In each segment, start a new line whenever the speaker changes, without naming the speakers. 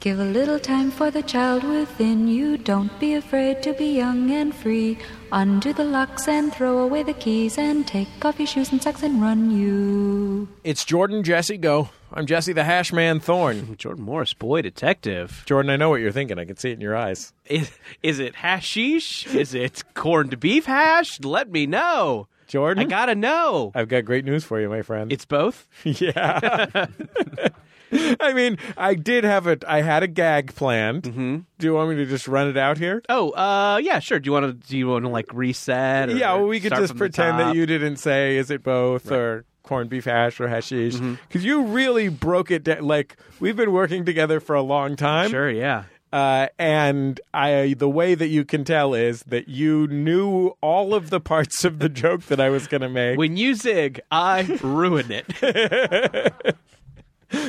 Give a little time for the child within you. Don't be afraid to be young and free. Undo the locks and throw away the keys and take off your shoes and socks and run you.
It's Jordan Jesse Go. I'm Jesse the Hash Man Thorn.
Jordan Morris, boy detective.
Jordan, I know what you're thinking. I can see it in your eyes.
Is, is it hashish? Is it corned beef hash? Let me know.
Jordan,
I gotta know.
I've got great news for you, my friend.
It's both.
yeah. I mean, I did have a I had a gag planned. Mm-hmm. Do you want me to just run it out here?
Oh, uh, yeah, sure. Do you want to? Do you want to like reset? Or
yeah, well, we could
start
just
from the
pretend
top?
that you didn't say is it both or corned beef hash or hashish
Mm-hmm.
because you really broke it down. Like we've been working together for a long time.
Sure. Yeah.
Uh, and I, the way that you can tell is that you knew all of the parts of the joke that I was going to make.
When you zig, I ruin it.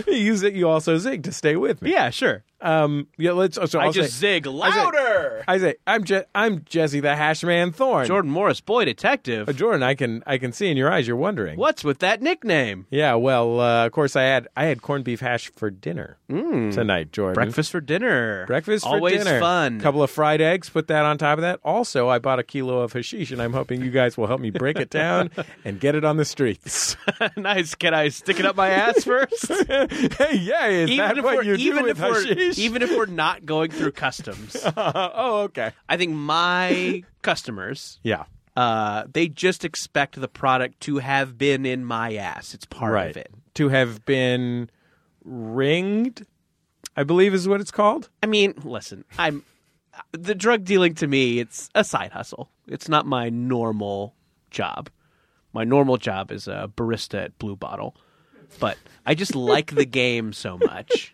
Use it. You also zig to stay with me.
yeah, sure.
Um. Yeah. Let's. So
i
I'll
just
say-
zig louder.
I say I'm Je- I'm Jesse the Hashman Thorn.
Jordan Morris, boy detective.
Uh, Jordan, I can I can see in your eyes you're wondering.
What's with that nickname?
Yeah, well, uh, of course I had I had corned beef hash for dinner tonight, Jordan.
Mm. Breakfast for dinner.
Breakfast for
always
dinner.
fun.
Couple of fried eggs, put that on top of that. Also, I bought a kilo of hashish and I'm hoping you guys will help me break it down and get it on the streets.
nice. Can I stick it up my ass first?
hey, yeah, is that
we're-
what you do
even
with
if we're-
hashish?
even if we're not going through customs,
oh, okay.
I think my customers,
Yeah.
uh, they just expect the product to have been in my ass. It's part
Right.
of it.
To have been ringed, I believe is what it's called.
I mean, listen, I'm the drug dealing to me, it's a side hustle. It's not my normal job. My normal job is a barista at Blue Bottle. But I just like the game so much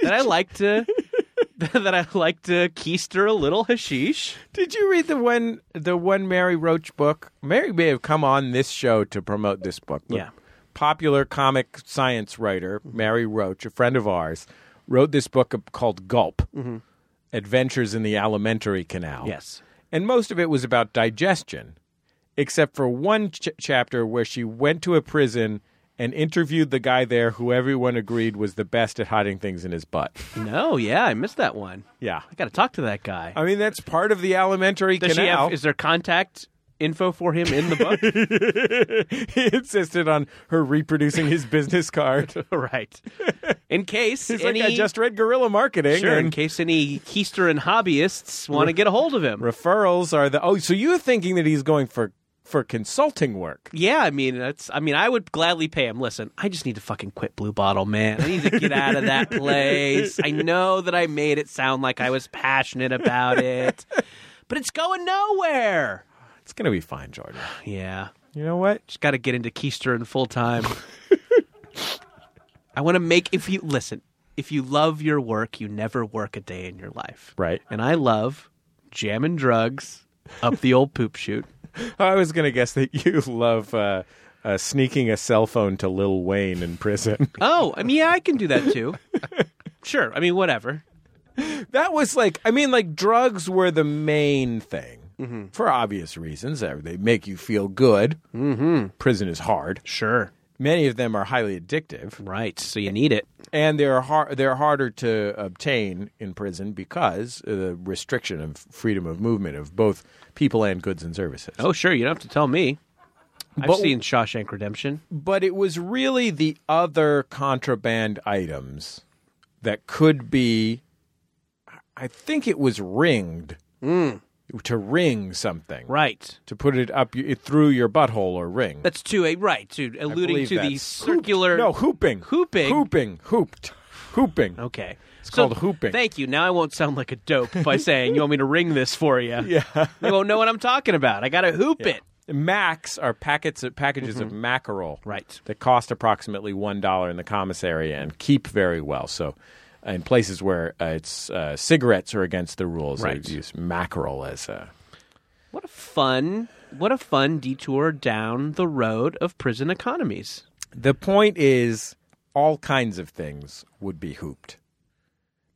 that I like to that I like to keister a little hashish.
Did you read the one the one Mary Roach book? Mary may have come on this show to promote this book. The
Yeah.
Popular comic science writer Mary Roach, a friend of ours, wrote this book called Gulp: Adventures in the Alimentary Canal.
Mm-hmm. Yes.
and most of it was about digestion, except for one ch- chapter where she went to a prison and interviewed the guy there who everyone agreed was the best at hiding things in his butt.
No, yeah, I missed that one.
Yeah.
I got to talk to that guy.
I mean, that's part of the alimentary
Does she
canal.
have, is there contact info for him in the book?
he insisted on her reproducing his business card.
right. In case
He's
any
like, I just read guerrilla marketing.
Sure, in
and
case any keister and hobbyists want to get a hold of him.
referrals are the. Oh, so you're thinking that he's going for for consulting work?
yeah, I mean that's I mean I would gladly pay him. Listen, I just need to fucking quit Blue Bottle, man. I need to get out of that place. I know that I made it sound like I was passionate about it. But it's going nowhere.
It's gonna be fine, Jordan.
Yeah.
You know what?
Just got to get into keistering full time. I want to make if you listen, if you love your work, you never work a day in your life.
Right.
And I love jamming drugs up the old poop chute.
I was gonna guess that you love uh, uh, sneaking a cell phone to Lil Wayne in prison.
Oh, I mean, yeah, I can do that too. sure. I mean, whatever.
that was like, I mean, like drugs were the main thing. For obvious reasons, Uh, they make you feel good. Mm-hmm. Prison is hard.
Sure.
Many of them are highly addictive.
Right. So you need it.
and they're har- they're harder to obtain in prison because of the restriction of freedom of movement of both people and goods and services.
Oh, sure. You don't have to tell me. I've
But-
seen Shawshank Redemption.
But it was really the other contraband items that could be. I think it was ringed to ring something
Mm. Right.
to put it up y- through your butthole or ring.
That's to a right to
I
alluding
believe
to the
that's-
circular.
Hooped. No hooping,
Hooping?
hooping, hooped, hooping.
Okay. It's
called hooping.
Thank you. Now I won't sound like a dope by saying you want me to ring this for you.
Yeah.
You won't know what I'm talking about. I got to hoop it.
Macs are packets of packages of mackerel,
Mm-hmm. Right.
That cost approximately one dollar in the commissary and keep very well. So, in places where uh, it's uh, cigarettes are against the rules,
Right.
they use mackerel as a.
What a fun, what a fun detour down the road of prison economies.
The point is, all kinds of things would be hooped,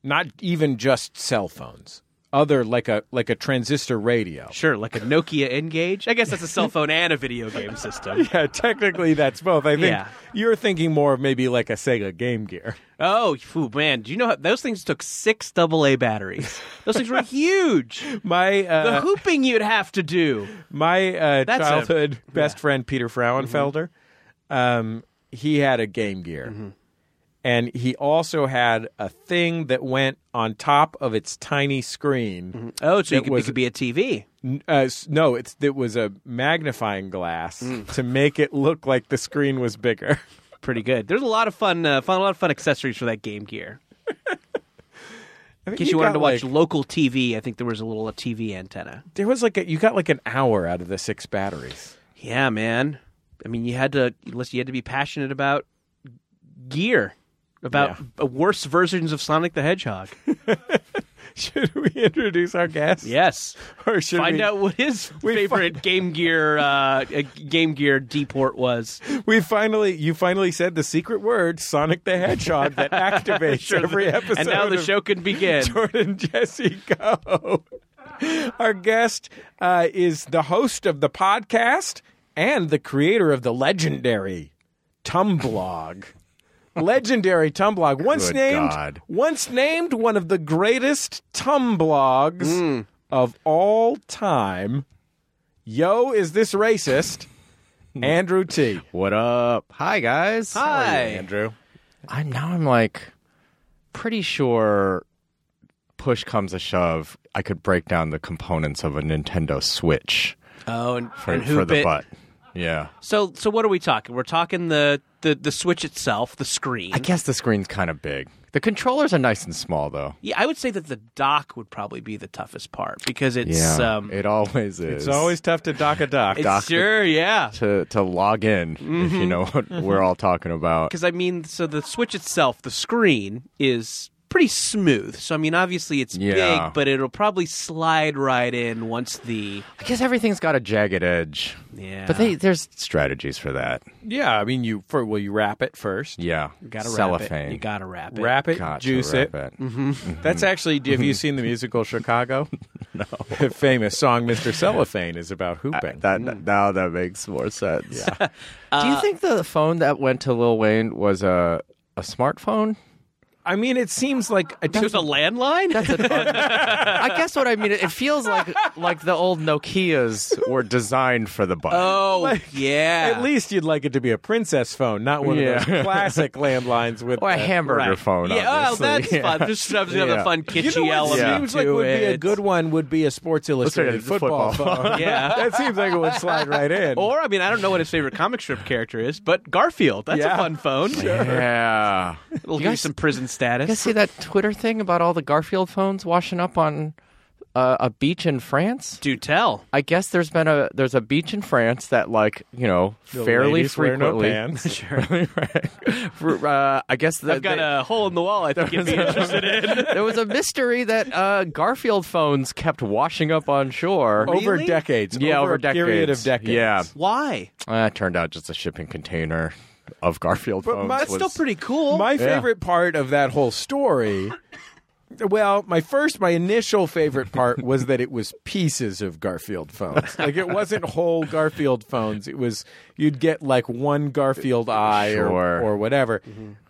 not even just cell phones. other like a like a transistor radio.
Sure, like a Nokia Engage. I guess that's a cell phone and a video game system.
Yeah, technically that's both. I think
Yeah.
you're thinking more of maybe like a Sega Game Gear.
Oh, phew, man! Do you know how, those things took six AA batteries? Those things were huge.
My
The
uh,
hooping you'd have to do.
my uh,
That's a-
childhood best friend Peter Frauenfelder, um, he had a Game Gear,
Mm-hmm.
and he also had a thing that went on top of its tiny screen.
Oh, so
It
you could,
was-
it could be a TV.
N- Uh, s- no, it's it was a magnifying glass
Mm.
to make it look like the screen was bigger.
Pretty good. There's a lot of fun, uh, fun, a lot of fun accessories for that Game Gear.
I
In
think
case you wanted
got,
to watch
like-
local TV, I think there was a little TV antenna.
there was like a, you got like an hour out of the six batteries.
Yeah, man. I mean, you had to listen. You had to be passionate about gear, about uh worse versions of Sonic the Hedgehog.
Should we introduce our guest?
Yes.
Or should
Find
we,
out what his favorite Game Gear uh, uh, Game Gear deport was.
We finally, you finally said the secret word, Sonic the Hedgehog, that activates every episode.
and now the
of
show can begin.
Jordan Jesse Go. Our guest uh, is the host of the podcast and the creator of the legendary Tumblog. legendary Tumblog, once
Good
named,
God.
once named one of the greatest Tumblogs
Mm.
of all time. Yo, is this racist? Andrew T.
What up? Hi guys.
Hi.
Andrew. I'm now I'm like pretty sure push comes a shove, I could break down the components of a Nintendo Switch
Oh, and,
for,
and
for
hoop
the
it.
butt. Yeah.
So, so what are we talking? We're talking the the, the Switch itself, the screen.
I guess the screen's kind of big. The controllers are nice and small though.
yeah, I would say that the dock would probably be the toughest part because it's um,
it always is.
It's always tough to dock a dock.
it's
dock.
sure, yeah.
to to log in if
Mm-hmm.
you know what we're all talking about.
Because I mean, so the Switch itself, the screen is pretty smooth. So I mean, obviously it's
Yeah.
big, but it'll probably slide right in once the
I guess everything's got a jagged edge.
yeah.
But they, there's strategies for that.
Yeah, I mean, you for well, you wrap it first.
Yeah.
you gotta
Cellophane.
wrap it. You gotta wrap it.
Wrap it,
Got to
juice
wrap
it. That's actually. Have you seen the musical Chicago? no. The famous song "Mr. Cellophane" is about hooping.
That now that makes more sense. Yeah. Mm.
Uh,
Do you think the phone that went to Lil Wayne was a a smartphone?
I mean, it seems like it
It was
took-
a landline.
I guess what I mean it feels like like the old Nokias were designed for the button.
oh
Like,
yeah.
at least you'd like it to be a princess phone, not one
Yeah.
of those classic landlines with
or a
the-
hamburger phone.
Yeah, oh,
obviously.
that's
Yeah.
fun. Just shoves another
Yeah.
fun
You
kitschy
know what
element
seems
to
like would
it.
be a good one would be a Sports Illustrated football,
football
phone.
Yeah.
that seems like it would slide right in.
Or I mean, I don't know what his favorite comic strip character is, but Garfield. That's
Yeah.
a fun phone.
Yeah.
It'll give you
guys-
some prison
You guys
status.
see that Twitter thing about all the Garfield phones washing up on uh, a beach in France?
Do tell.
I guess there's been a there's a beach in France that like you know
The
fairly
ladies wear no
frequently.
pants.
For, uh, I guess the,
I've got
they-
a hole in the wall. I think you'd be interested in.
there was a mystery that uh, Garfield phones kept washing up on shore.
over
Really?
decades.
yeah, over,
a period of
decades.
decades.
Yeah,
Why?
uh, it turned out just a shipping container of Garfield
But
phones.
my-
was,
still
Still pretty cool.
My favorite part of that whole story, well, my first, my initial favorite part was that it was pieces of Garfield phones. Like it wasn't whole Garfield phones. It was you'd get like one Garfield eye or
Sure.
or whatever.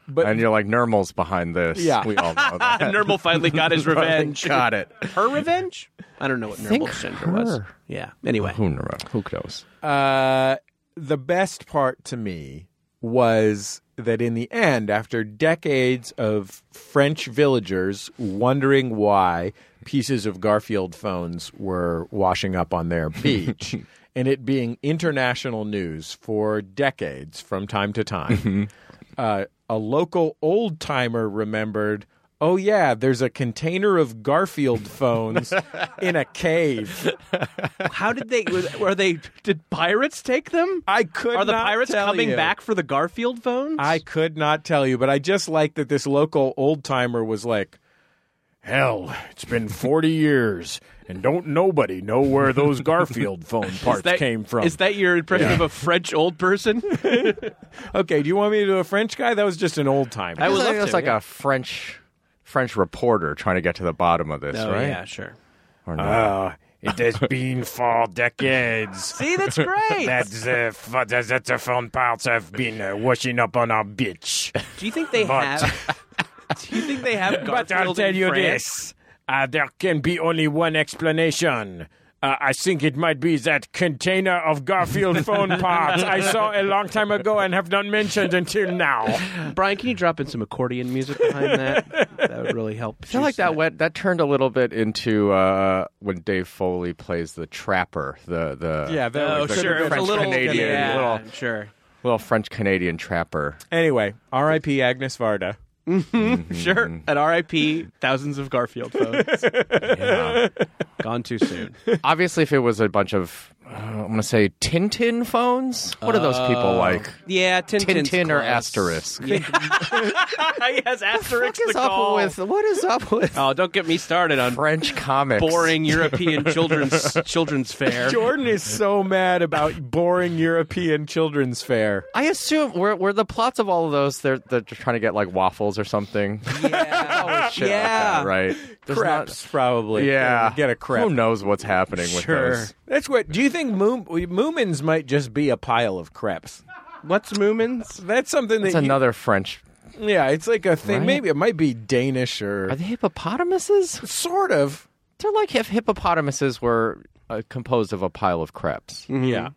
But
and you're like Nermal's behind this.
Yeah.
we all know
Ah,
that.
Nermal finally got his revenge.
Got it.
Her revenge? I don't know what
think
Nermal's gender was.
her.
Yeah. Anyway.
Who Nermal? Who knows?
Uh, the best part to me was that in the end, after decades of French villagers wondering why pieces of Garfield phones were washing up on their beach. And it being international news for decades from time to time, uh, a local old timer remembered oh, yeah, there's a container of Garfield phones in a cave.
How did they was- were they did pirates take them?
I could
Are the
not
pirates
tell
coming
you.
back for the Garfield phones?
I could not tell you, but I just like that this local old timer was like, "Hell, it's been forty years, and don't nobody know where those Garfield phone parts
That-
came from."
Is that your impression of a French old person?
okay, do you want me to do a French guy? That was just an old timer.
I would
It's
love
like,
to.
it's like a French French reporter trying to get to the bottom of this,
Oh,
right?
yeah, sure.
Or not?
Oh, it has been four decades.
See, that's great.
the, that the phone parts have been uh, washing up on our beach.
do you think they
But-
have? Do you think they have Garfield
But I'll tell
in
you
France?
this: uh, there can be only one explanation. Uh, I think it might be that container of Garfield phone parts I saw a long time ago and have not mentioned until now.
Brian, can you drop in some accordion music behind that? that would really help.
I feel like that went that turned a little bit into uh, when Dave Foley plays the trapper, the the
Oh,
the
sure. It was a
French
little
Canadian,
Yeah,
little
Sure.
little French Canadian trapper.
Anyway, R.I.P. Agnes Varda.
Sure. At RIP, thousands of Garfield phones.
Yeah.
Gone too soon.
Obviously, if it was a bunch of uh, I'm going to say Tintin phones, what are those people like?
Yeah, Uh, Tintin's
Tintin or
close.
asterisk?
Yeah. he has asterisk
What is
the
up
call.
with what is up with
Oh, don't get me started on
French comics?
boring European children's children's fair.
Jordan is so mad about boring European children's fair.
I assume were were the plots of all of those they're they're trying to get like waffles or something.
Yeah.
Shit like
Yeah.
that, right. There's not-
Creps, probably.
yeah,
Get a crep.
Who knows what's happening with those?
That's what. Do you think Moom, Moomins might just be a pile of crepes?
What's Moomins?
That's something
It's
that. you-
another French.
yeah, it's like a thing.
Right?
Maybe it might be Danish or
Are they hippopotamuses?
sort of.
They're like if hippopotamuses were uh, composed of a pile of crepes.
Yeah.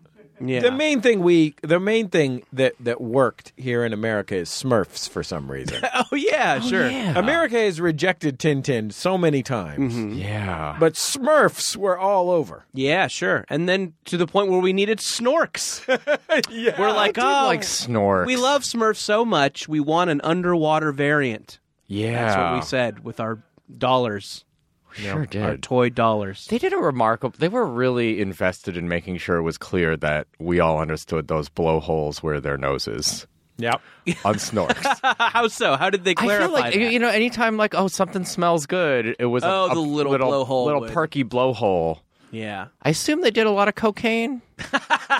Yeah.
The main thing we, the main thing that that worked here in America is Smurfs for some reason.
oh yeah, sure.
yeah.
America has rejected Tintin so many times,
Mm-hmm. Hmm? Yeah.
but Smurfs were all over.
Yeah, sure. And then to the point where we needed snorks.
yeah.
We're like,
I did
oh,
like snort.
we love Smurf so much, we want an underwater variant.
Yeah.
That's what we said with our dollars,
Sure did.
our toy dollars.
they did a remarkable. They were really invested in making sure it was clear that we all understood those blowholes were their noses
Yep.
on snorks.
How so? How did they
I
clarify
feel like
that?
you know, anytime like oh something smells good, it was a-
Oh,
a,
the little blowhole
little
would-
perky blowhole.
yeah,
I assume they did a lot of cocaine,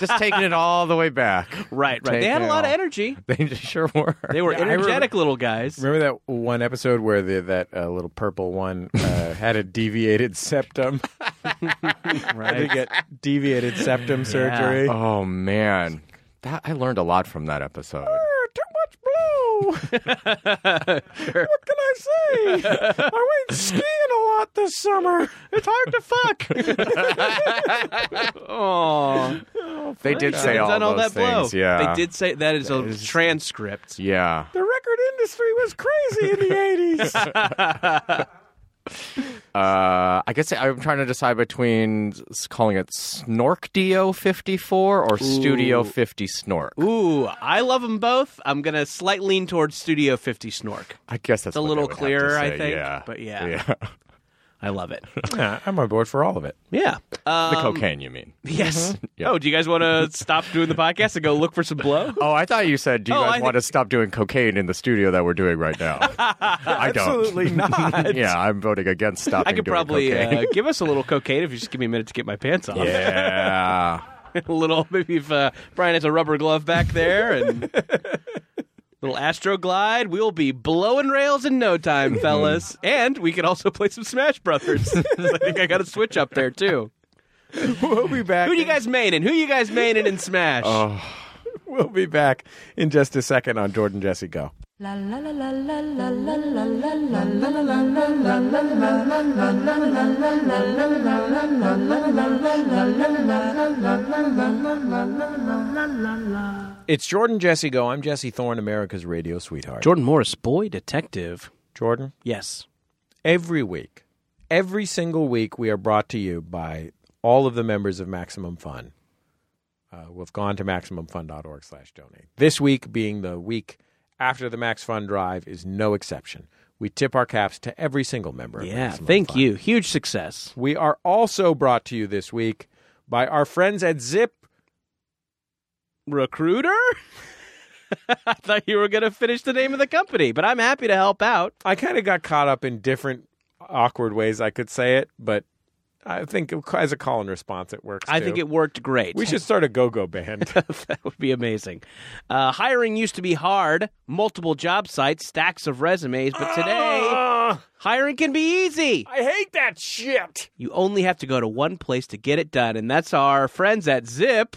just taking it all the way back.
right, right. They had a
Taking
lot of
all-
energy.
They sure were.
They were
I remember-
energetic little guys.
Remember that one episode where the, that uh, little purple one uh, had a deviated septum? Had to
Right.
get deviated septum surgery.
Oh man, that I learned a lot from that episode.
Too much blow. what can I say? I went skiing a lot this summer. It's hard to fuck.
Oh,
They did say all
done all
those
that blow.
things. Yeah,
they did say that is a transcript.
Yeah,
The record industry was crazy in the 80s.
uh, I guess I'm trying to decide between s- calling it Snorkdio 54 or Studio 50 Snork.
Ooh, I love them both. I'm gonna slight lean towards Studio 50 Snork.
I guess
It's
that's
a
what they
little
would have to
clearer, I
say,
think,
Yeah,
but yeah.
yeah.
I love it.
Yeah, I'm on board for all of it.
Yeah. Um,
The cocaine, you mean?
Yes.
Yeah.
Oh, do you guys want to stop doing the podcast and go look for some blow?
Oh, I thought you said, do you
Oh,
guys
I
want to stop doing cocaine in the studio that we're doing right now? I don't.
Absolutely not.
Yeah, I'm voting against stopping.
I could
doing
probably
cocaine.
uh, give us a little cocaine if you just give me a minute to get my pants off.
yeah.
a little, maybe if uh, Brian has a rubber glove back there and little Astro Glide, we'll be blowing rails in no time, fellas. and we could also play some Smash Brothers. I think I got a switch up there too.
We'll be back. Oh,
Who you guys maining? Who you guys maining in Smash?
We'll be back in just a second on Jordan Jesse Go.
La la la la la la la la la la.
It's Jordan Jesse Go. I'm Jesse Thorne, America's radio sweetheart.
Jordan Morris, boy detective.
Jordan,
Yes.
every week, every single week, we are brought to you by all of the members of Maximum Fun. Uh, we've gone to MaximumFun.org slash donate. This week being the week after the Max Fun Drive is no exception. We tip our caps to every single member. of
Yeah.
Maximum
Thank
Fun.
you. Huge success.
We are also brought to you this week by our friends at Zip.
Recruiter? I thought you were going to finish the name of the company, but I'm happy to help out.
I kind of got caught up in different awkward ways I could say it, but I think as a call and response, it works.
I think
too.
it worked great.
We should start a go-go band.
that would be amazing. Uh, hiring used to be hard, multiple job sites, stacks of resumes, but today
Ah,
hiring can be easy.
I hate that shit.
You only have to go to one place to get it done, and that's our friends at Zip.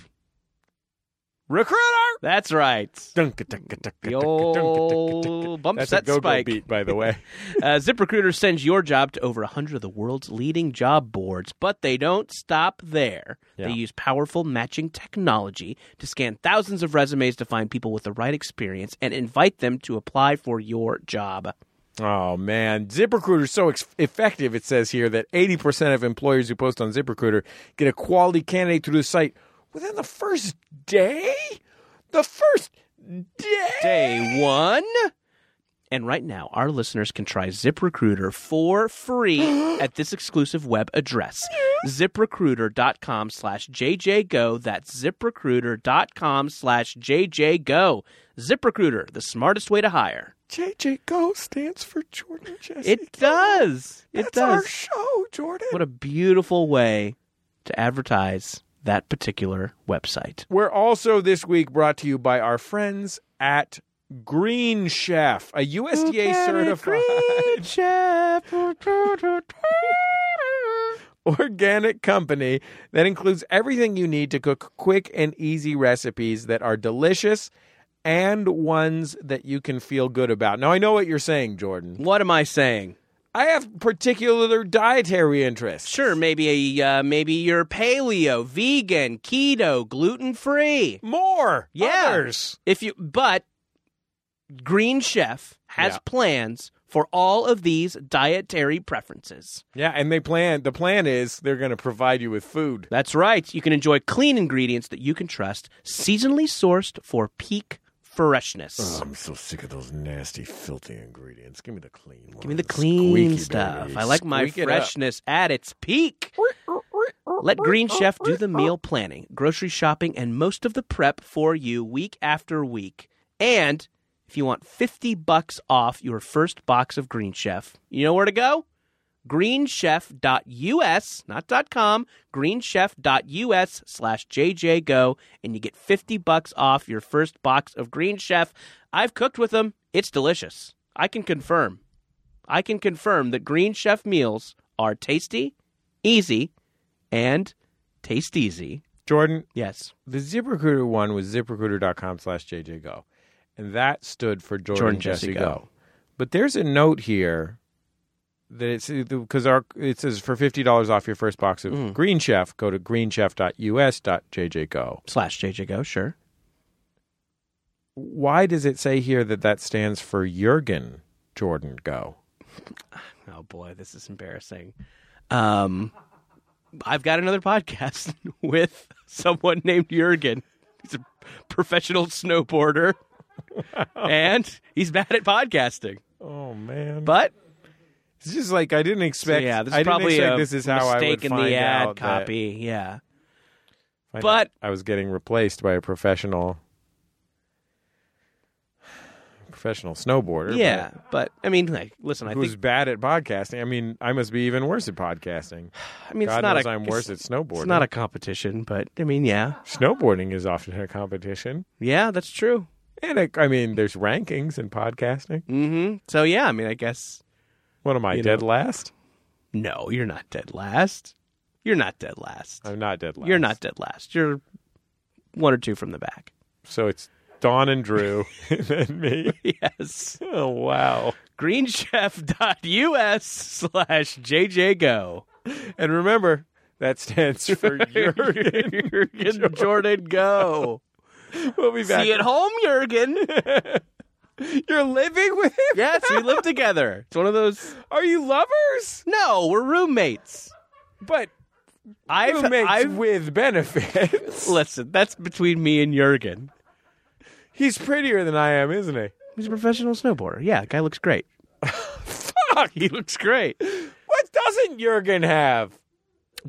Recruiter.
That's right. The old bump
That's
set
a go-go
spike.
beat, by the way.
Uh, ZipRecruiter sends your job to over 100 of the world's leading job boards, but they don't stop there.
Yeah.
They use powerful matching technology to scan thousands of resumes to find people with the right experience and invite them to apply for your job.
Oh man, ZipRecruiter is so ex- effective. It says here that 80% of employers who post on ZipRecruiter get a quality candidate through the site within the first day. The first day.
Day one. And right now, our listeners can try ZipRecruiter for free at this exclusive web address, ziprecruiter.com slash jjgo. That's ziprecruiter.com slash jjgo. ZipRecruiter, the smartest way to hire.
JJ Go stands for Jordan Jesse.
It does. It
That's
does.
our show, Jordan.
What a beautiful way to advertise that particular website.
We're also this week brought to you by our friends at Green Chef, a USDA certified organic company that includes everything you need to cook quick and easy recipes that are delicious and ones that you can feel good about. Now I know what you're saying, Jordan.
What am I saying?
I have particular dietary interests.
Sure, maybe a, uh, maybe you're paleo, vegan, keto, gluten free.
More.
Yeah.
Others.
If you, but Green Chef has
Yeah.
plans for all of these dietary preferences.
Yeah, and they plan the plan is they're going to provide you with food.
That's right. You can enjoy clean ingredients that you can trust, seasonally sourced for peak freshness.
I'm so sick of those nasty, filthy ingredients. Give me the clean one.
Give me the clean stuff. I like my freshness at its peak. Let Green Chef do the meal planning, grocery shopping, and most of the prep for you week after week. And if you want 50 bucks off your first box of Green Chef, you know where to go? greenchef.us, not .com, greenchef.us slash jjgo, and you get 50 bucks off your first box of Green Chef. I've cooked with them. It's delicious. I can confirm. I can confirm that Green Chef meals are tasty, easy, and taste easy.
Jordan,
Yes.
the ZipRecruiter one was ziprecruiter.com slash jjgo. And that stood for Jordan,
Jordan
Jesse
Jesse
go.
Go.
But there's a note here that it's because our it says for fifty dollars off your first box of
Mm.
Green Chef, go to greenchef.us.jjgo.
Slash jjgo, sure.
Why does it say here that that stands for Jurgen Jordan Go?
Oh boy, this is embarrassing. Um, I've got another podcast with someone named Jurgen. He's a professional snowboarder, and he's bad at podcasting.
Oh man!
But
It's just like I didn't expect.
yeah, this
I
is
didn't
probably
expect
a
this is how I would
mistake in
find
the ad
out that-
copy. Yeah,
find
But-
out I was getting replaced by a professional, professional snowboarder.
yeah. But I mean, like, listen, I
but who's
think
bad at podcasting? I mean, I must be even worse at podcasting.
I mean
God
it's not
knows
a
I'm worse at
it's,
snowboarding.
it's not a competition, but I mean, yeah,
snowboarding is often a competition,
yeah, that's true.
and it, I mean, there's rankings in podcasting.
hmm So yeah, I mean, I guess
What am I
You know.
dead last?
no, you're not dead last. You're not dead last.
I'm not dead last.
You're not dead last. You're one or two from the back.
So it's Dawn and Drew, and then me.
Yes.
Oh wow.
Greenchef.us slash JJGo.
And remember, that stands for Jurgen.
Jurgen Jordan Go.
We'll be back.
See you at home, Jurgen.
You're living with him?
Yes, we live together. It's one of those.
Are you lovers?
No, we're roommates.
But
I've,
roommates
I've
with benefits.
listen. That's between me and Jurgen.
He's prettier than I am, isn't he?
He's a professional snowboarder. Yeah, guy looks great.
Fuck!
He looks great.
What doesn't Jurgen have?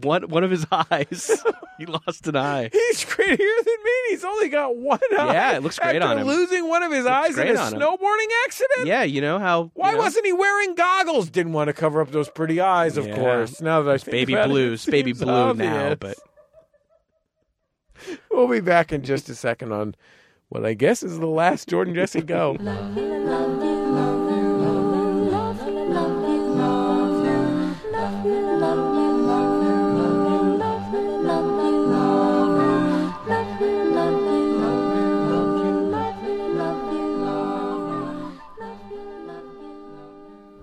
one one of his eyes. he lost an eye.
He's greater than me. He's only got one eye.
Yeah, it looks great
after
on him.
Losing one of his eyes in
great
a
on him.
snowboarding accident.
Yeah, you know how
Why
you know,
wasn't he wearing goggles? Didn't want to cover up those pretty eyes, of
Yeah.
course. Now that I think
baby
about it, it
blues, baby
seems
blue now,
obvious.
but
we'll be back in just a second on what I guess is the last Jordan Jesse Go.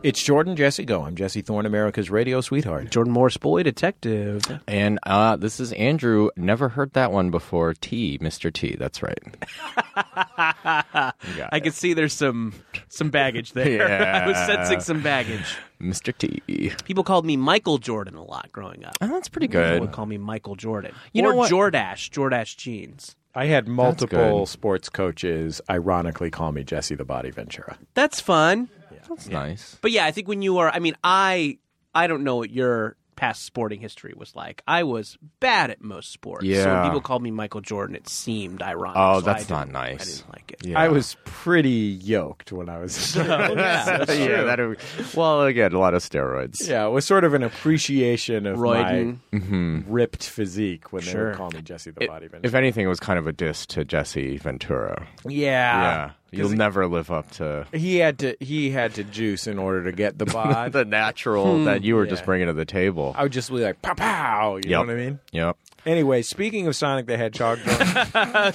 It's Jordan Jesse Go. I'm Jesse Thorne, America's radio sweetheart.
Jordan Morris, boy detective.
And uh, this is Andrew. Never heard that one before. T, Mr. T. That's right. You got
I
it.
can see there's some some baggage there. I was
Yeah.
sensing some baggage.
Mr. T.
People called me Michael Jordan a lot growing up.
Oh, that's pretty
People
good.
would call me Michael Jordan.
You
or
know what-
Jordash, Jordash jeans.
I had multiple
good.
sports coaches ironically call me Jesse the Body Ventura.
That's fun.
That's nice.
But yeah, I think when you are, I mean, I I don't know what your past sporting history was like. I was bad at most sports. So when
Yeah.
people called me Michael Jordan, it seemed ironic.
Oh,
so
that's
I
not
didn't- I
nice.
didn't like it.
Yeah.
I was pretty yoked when I was.
yeah, that would, well, again, a lot of steroids.
yeah, it was sort of an appreciation of
Royden.
my ripped physique when they would call me Jesse the Body Ventura.
If anything, it was kind of a diss to Jesse Ventura.
yeah,
yeah, you'll never live up to
he had to he had to juice in order to get the bod.
Uh, the natural that you were just
Yeah.
bringing to the table.
I would just be like pow pow. You know
Yep.
what I mean?
Yep.
Anyway, speaking of Sonic the Hedgehog,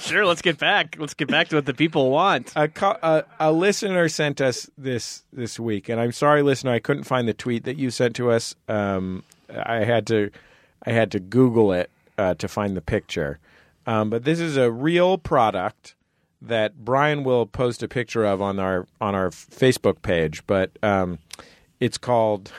Sure, let's get back. Let's get back to what the people want.
a, co- a a listener sent us this this week, and I'm sorry, listener, I couldn't find the tweet that you sent to us. Um, I had to I had to Google it uh, to find the picture. Um, but this is a real product that Brian will post a picture of on our on our Facebook page. But um, it's called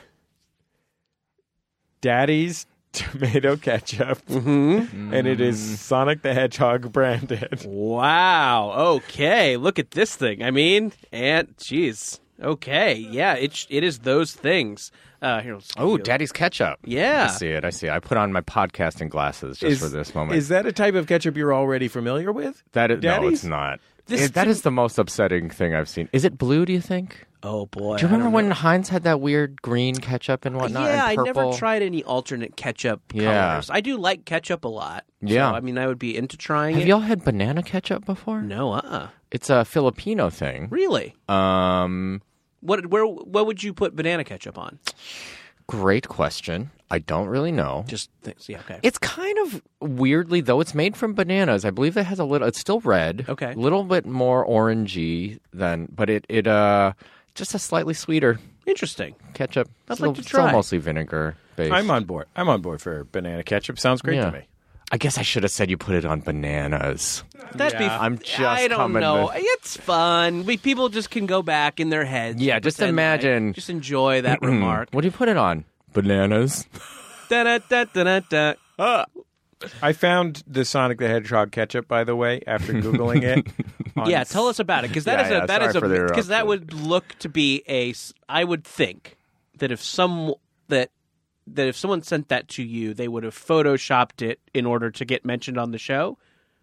Daddy's Tomato Ketchup, and it is Sonic the Hedgehog branded.
Wow. Okay. Look at this thing. I mean, and jeez. Okay. Yeah. It sh- it is those things. Uh, here. Let's
Oh, Daddy's ketchup.
Yeah.
I see it. I see. It. I put on my podcasting glasses just for this moment.
Is that a type of ketchup you're already familiar with?
that is, no,
Daddy's-
it's not.
This
It- that is the most upsetting thing I've seen. Is it blue? Do you think?
Oh boy.
Do you
I don't
remember when Heinz had that weird green ketchup and whatnot?
Yeah, I
and purple?
never tried any alternate ketchup
Yeah.
colors. I do like ketchup a lot. so,
Yeah.
I mean, I would be into trying
Have
it.
y'all had banana ketchup before?
no, uh-uh.
It's a Filipino thing.
Really?
Um,
What where what would you put banana ketchup on?
great question. I don't really know.
Just things. Yeah, okay.
It's kind of weirdly though. It's made from bananas. I believe it has a little. It's still red.
Okay.
little bit more orangey than, but it it uh just a slightly sweeter
Interesting.
ketchup. It's
like
al-
to
It's all
try.
mostly vinegar based.
I'm on board. I'm on board for banana ketchup. Sounds great
Yeah.
to me.
I guess I should have said you put it on bananas.
That'd be.
I'm just
I don't
coming
know.
with-
It's fun. We people just can go back in their heads.
Yeah,
and
just
pretend,
imagine-
like, just enjoy that remark.
What do you put it on? Hmm. Bananas.
Da, da, da, da, da, da.
I found the Sonic the Hedgehog ketchup, by the way, after googling it. on-
Yeah, tell us about it because that
Yeah,
is
yeah,
a that
sorry
is a
for the
because that
interruption.
would look to be a s- I would think that if some that that if someone sent that to you, they would have photoshopped it in order to get mentioned on the show,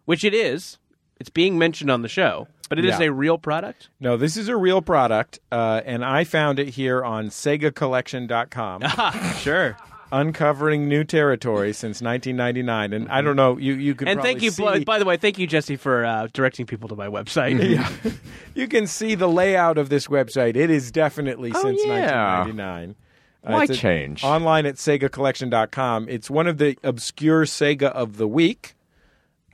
which it is. It's being mentioned on the show, but it is
Yeah.
a real product.
No, this is a real product, uh, and I found it here on SegaCollection.com,
Ah, Sure.
uncovering new territory since 1999. And I don't know, you you could
And
probably
thank you,
see,
by, by the way, thank you, Jesse, for uh, directing people to my website. yeah.
you can see the layout of this website. It is definitely since
Oh, yeah.
1999. Uh,
Why
it's a-
change?
Online at SegaCollection.com. It's one of the obscure Sega of the week.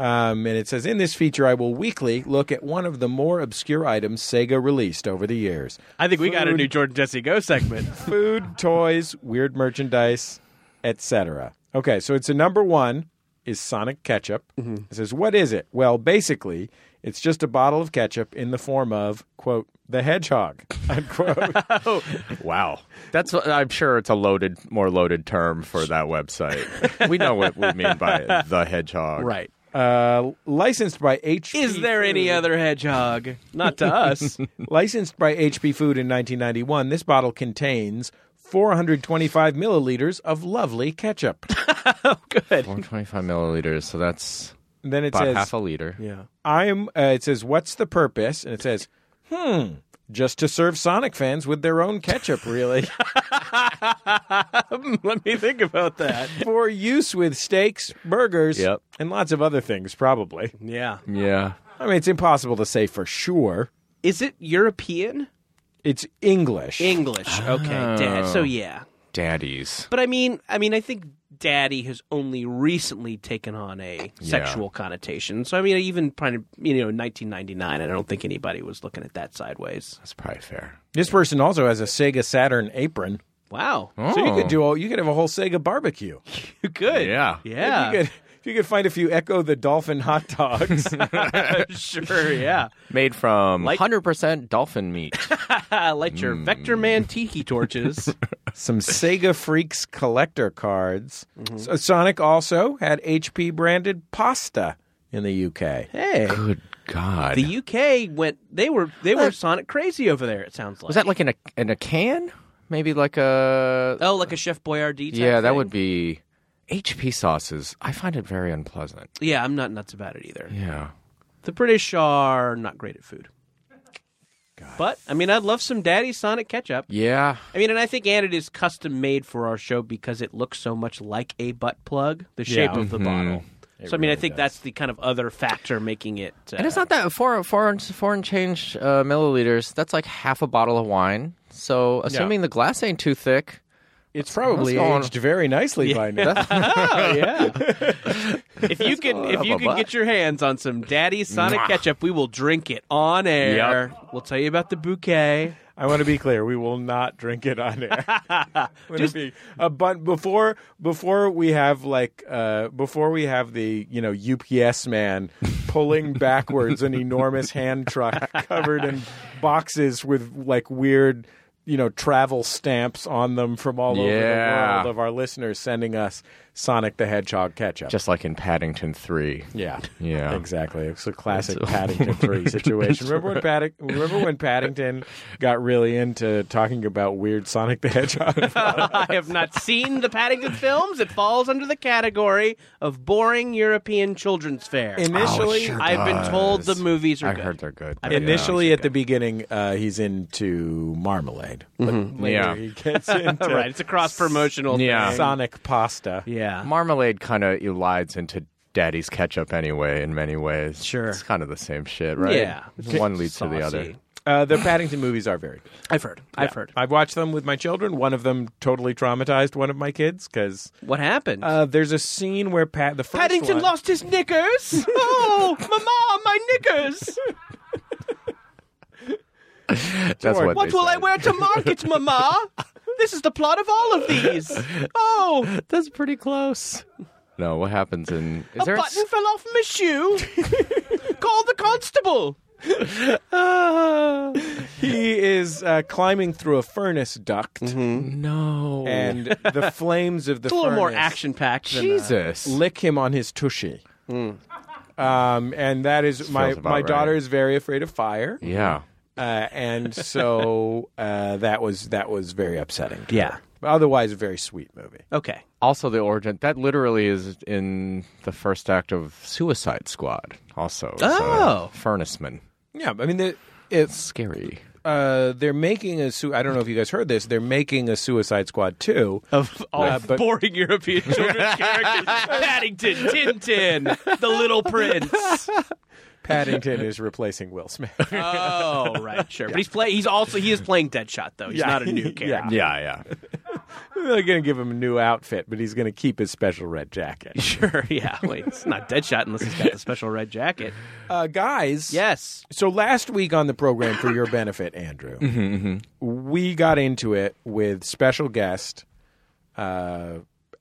Um, and it says, in this feature, I will weekly look at one of the more obscure items Sega released over the years
I think we got a new Jordan Jesse Go segment.
food, toys, weird merchandise, etc. Okay, so it's a number one is Sonic ketchup.
Mm-hmm.
It says, what is it? Well, basically, it's just a bottle of ketchup in the form of, quote, the hedgehog, unquote.
Wow. That's what I'm sure it's a loaded, more loaded term for that website. we know what we mean by the hedgehog.
right.
uh, licensed by HP.
Is there any
Food.
other hedgehog? Not to us.
Licensed by HP Food in 1991, this bottle contains 425 milliliters of lovely ketchup.
Good.
425 milliliters. So that's
And then it
about
says
half a liter.
Yeah.
I'm. Uh, it says, "What's the purpose?" And it says, "Hmm, just to serve Sonic fans with their own ketchup, really,
Let me think about that.
for use with steaks, burgers,
Yep.
and lots of other things, probably."
Yeah.
Yeah.
I mean, it's impossible to say for sure.
Is it European?
It's English.
English. Okay. Dad.
Oh.
So yeah.
Daddies.
But I mean, I mean, I think daddy has only recently taken on a sexual connotation. So I mean, even kind of, you know, 1999, I don't think anybody was looking at that sideways.
That's probably fair.
this person also has a Sega Saturn apron,
Wow.
so you
Oh.
could do. All, you could have a whole Sega barbecue.
Good.
Yeah.
Yeah.
You could. If you could find a few Echo the Dolphin hot dogs.
sure. Yeah.
Made from
Like-
100% dolphin meat.
Light your
Mm.
Vector Man tiki torches.
some Sega Freaks collector cards. So Sonic also had HP branded pasta in the UK.
hey.
Good God.
The UK went. They were they were Sonic crazy over there. It sounds like.
Was that like in a in a can? Maybe like a
Oh, like a Chef Boyardee. Type
yeah, that
thing?
would be HP sauces. I find it very unpleasant.
Yeah, I'm not nuts about it either.
Yeah,
The British are not great at food. But I mean, I'd love some Daddy Sonic ketchup.
yeah,
I mean, and I think and it is custom made for our show because it looks so much like a butt plug, the shape of the bottle. so I mean, I think that's the kind of other factor making it. Uh,
and it's not that four foreign foreign change uh, milliliters. That's like half a bottle of wine. So assuming the glass ain't too thick,
It's probably
That's going-
aged very nicely by now.
Oh yeah. if you can, if
up
you
a
can
butt.
get your hands on some Daddy Sonic
Mwah.
ketchup, we will drink it on air. We'll tell you about the bouquet.
I want to be clear: we will not drink it on air. Just, be, uh, but before before we have like uh, before we have the you know UPS man pulling backwards an enormous hand truck covered in boxes with like weird you know travel stamps on them from all over the
Yeah.
world of our listeners sending us Sonic the Hedgehog ketchup.
just like in Paddington Three.
yeah.
Yeah.
Exactly. It's a classic Paddington Three situation. Remember when Padding- Remember when Paddington got really into talking about weird Sonic the Hedgehog?
I have not seen the Paddington films. It falls under the category of boring European children's fare.
Initially,
Oh, sure.
I've been told the movies are
I
good.
heard they're good.
I
yeah.
mean,
initially at the beginning, uh, he's into marmalade. But later
Yeah.
he gets into
Mm-hmm. right. It's a cross promotional.
Yeah.
Sonic pasta.
Yeah.
marmalade kind of elides into Daddy's ketchup anyway. In many ways,
Sure.
it's kind of the same shit, right?
Yeah.
one leads to the
Saucy.
other.
Uh, the Paddington movies are very good.
I've heard. I've heard.
I've watched them with my children. One of them totally traumatized one of my kids because
What happened?
uh, there's a scene where Pat the first
Paddington
one-
lost his knickers. oh, mama, my knickers.
That's
Or-
what.
What
they
will I
said.
wear to market, mama? This is the plot of all of these. Oh,
That's pretty close. No, what happens in is
a
there a
button fell off my shoe. Call the constable.
He is uh, climbing through a furnace duct,
Mm-hmm.
no
and the flames of the
It's a little more uh,
furnace
action packed.
Jesus?
lick him on his tushy. Um, and that is my
feels about
my
right.
daughter is very afraid of fire,
yeah,
uh, and so uh, that was that was very upsetting. to
Yeah.
her. But Otherwise, a very sweet movie.
Okay.
also the origin that literally is in the first act of Suicide Squad. Also, It's, uh,
Oh.
furnaceman,
Yeah, I mean, the, it's
scary.
uh, they're making a. Su- I don't know if you guys heard this. They're making a Suicide Squad two.
Of all
Uh, but-
boring European children's characters, Paddington, Tintin, The Little Prince.
Paddington is replacing Will Smith.
Oh, right, sure. But he's play. He's also he is playing Deadshot though. He's
Yeah.
not a new
Yeah.
character.
Yeah, yeah.
They're going to give him a new outfit, but he's going to keep his special red jacket.
Sure, yeah. Wait, it's not Deadshot unless he's got the special red jacket.
Uh, guys,
Yes.
So last week on the program, for your benefit, Andrew,
Mm-hmm,
we got into it with special guest, uh,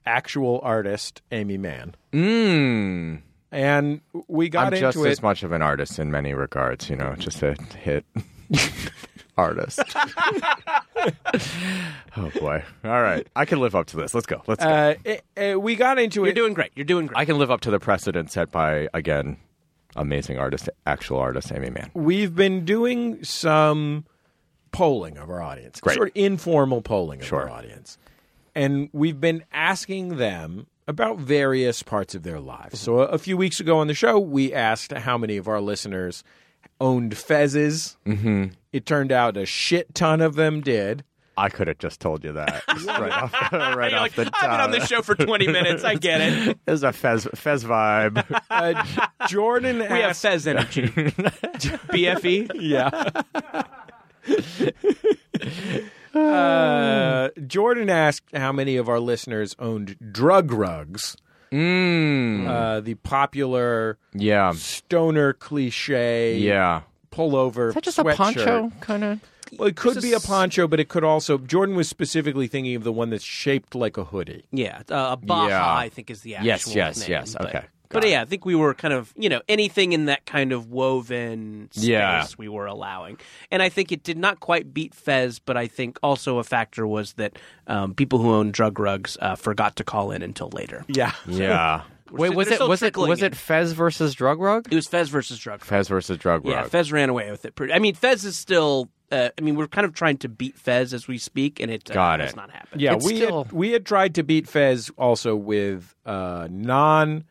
actual artist Amy Mann,
Mm.
and we got
I'm just
into it.
as much of an artist in many regards. You know, just a hit artist. oh boy! All right, I can live up to this. Let's go. Let's go.
uh, it- uh, we got into
You're
it.
doing great. You're doing
I
great.
can live up to the precedent set by again, amazing artist, actual artist Amy Mann.
We've been doing some polling of our audience,
Great.
sort of informal polling of
Sure.
our audience, and we've been asking them. about various parts of their lives. So, a, a few weeks ago on the show, we asked how many of our listeners owned fezzes. Mm-hmm. It turned out a shit ton of them did.
I could have just told you that right off, right
You're
off
like,
the
I've
top.
been on
uh,
this show for 20 minutes. I get it.
There's a fez fez vibe.
Uh, Jordan asked,
We have Fez energy. E? BFE.
yeah. uh, Jordan asked how many of our listeners owned drug rugs,
mm.
uh, the popular
yeah,
stoner cliche
yeah.
pullover.
Is that just
sweatshirt.
a poncho kind of?
Well, it could
It's
be
a
a poncho, but it could also. Jordan was specifically thinking of the one that's shaped like a hoodie.
Yeah. Uh, Baja,
Yeah.
I think, is the actual
Yes, yes,
name,
yes.
but-
Okay.
But yeah, I think we were kind of, you know, anything in that kind of woven space
Yeah.
we were allowing. And I think it did not quite beat Fez, but I think also a factor was that um, people who own drug rugs uh, forgot to call in until later.
Yeah.
Yeah. Wait,
still-
was
they're
it
still
was it
trickling
was
in.
it Fez versus Drug Rug?
It was Fez versus drug
Fez versus Drug
Yeah,
Rug.
Fez ran away with it. Pretty. I mean, Fez is still. Uh, I mean, we're kind of trying to beat Fez as we speak, and it uh,
Got
has
it.
not happened.
Yeah,
It's
we
still-
had, we had tried to beat Fez also with uh, non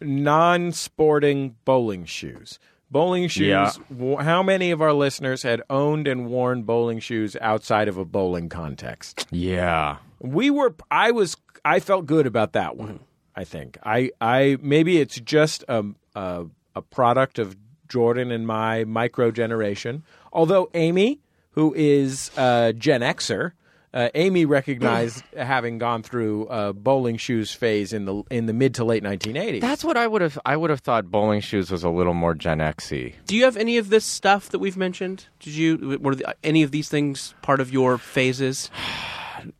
non sporting bowling shoes. Bowling shoes.
Yeah.
w- How many of our listeners had owned and worn bowling shoes outside of a bowling context?
yeah.
We were. I was. I felt good about that one. I think. I. I maybe it's just a, a a product of Jordan and my micro generation. Although Amy, who is uh, Gen Xer. Uh, Amy recognized having gone through uh, bowling shoes phase in the in the mid to late 1980s.
That's what I would have I would have thought bowling shoes was a little more Gen X-y.
Do you have any of this stuff that we've mentioned? Did you were the, any of these things part of your phases?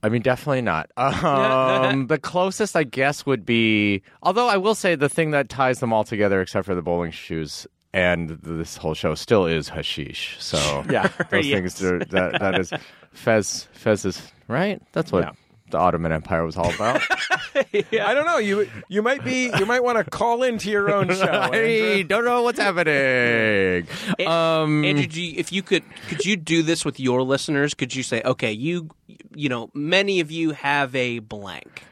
I mean, definitely not. Um, the closest, I guess, would be. Although I will say the thing that ties them all together, except for the bowling shoes and this whole show, still is hashish. So
Yeah.
those
Yes.
things are, that that is Fez. Fez is right. That's what the Ottoman Empire was all about.
I don't know. You you might be you might want to call into your own show.
I
Andrew.
don't know what's happening. Um,
Andrew, do you, if you could, could you do this with your listeners? Could you say, okay, you, you know, many of you have a blank.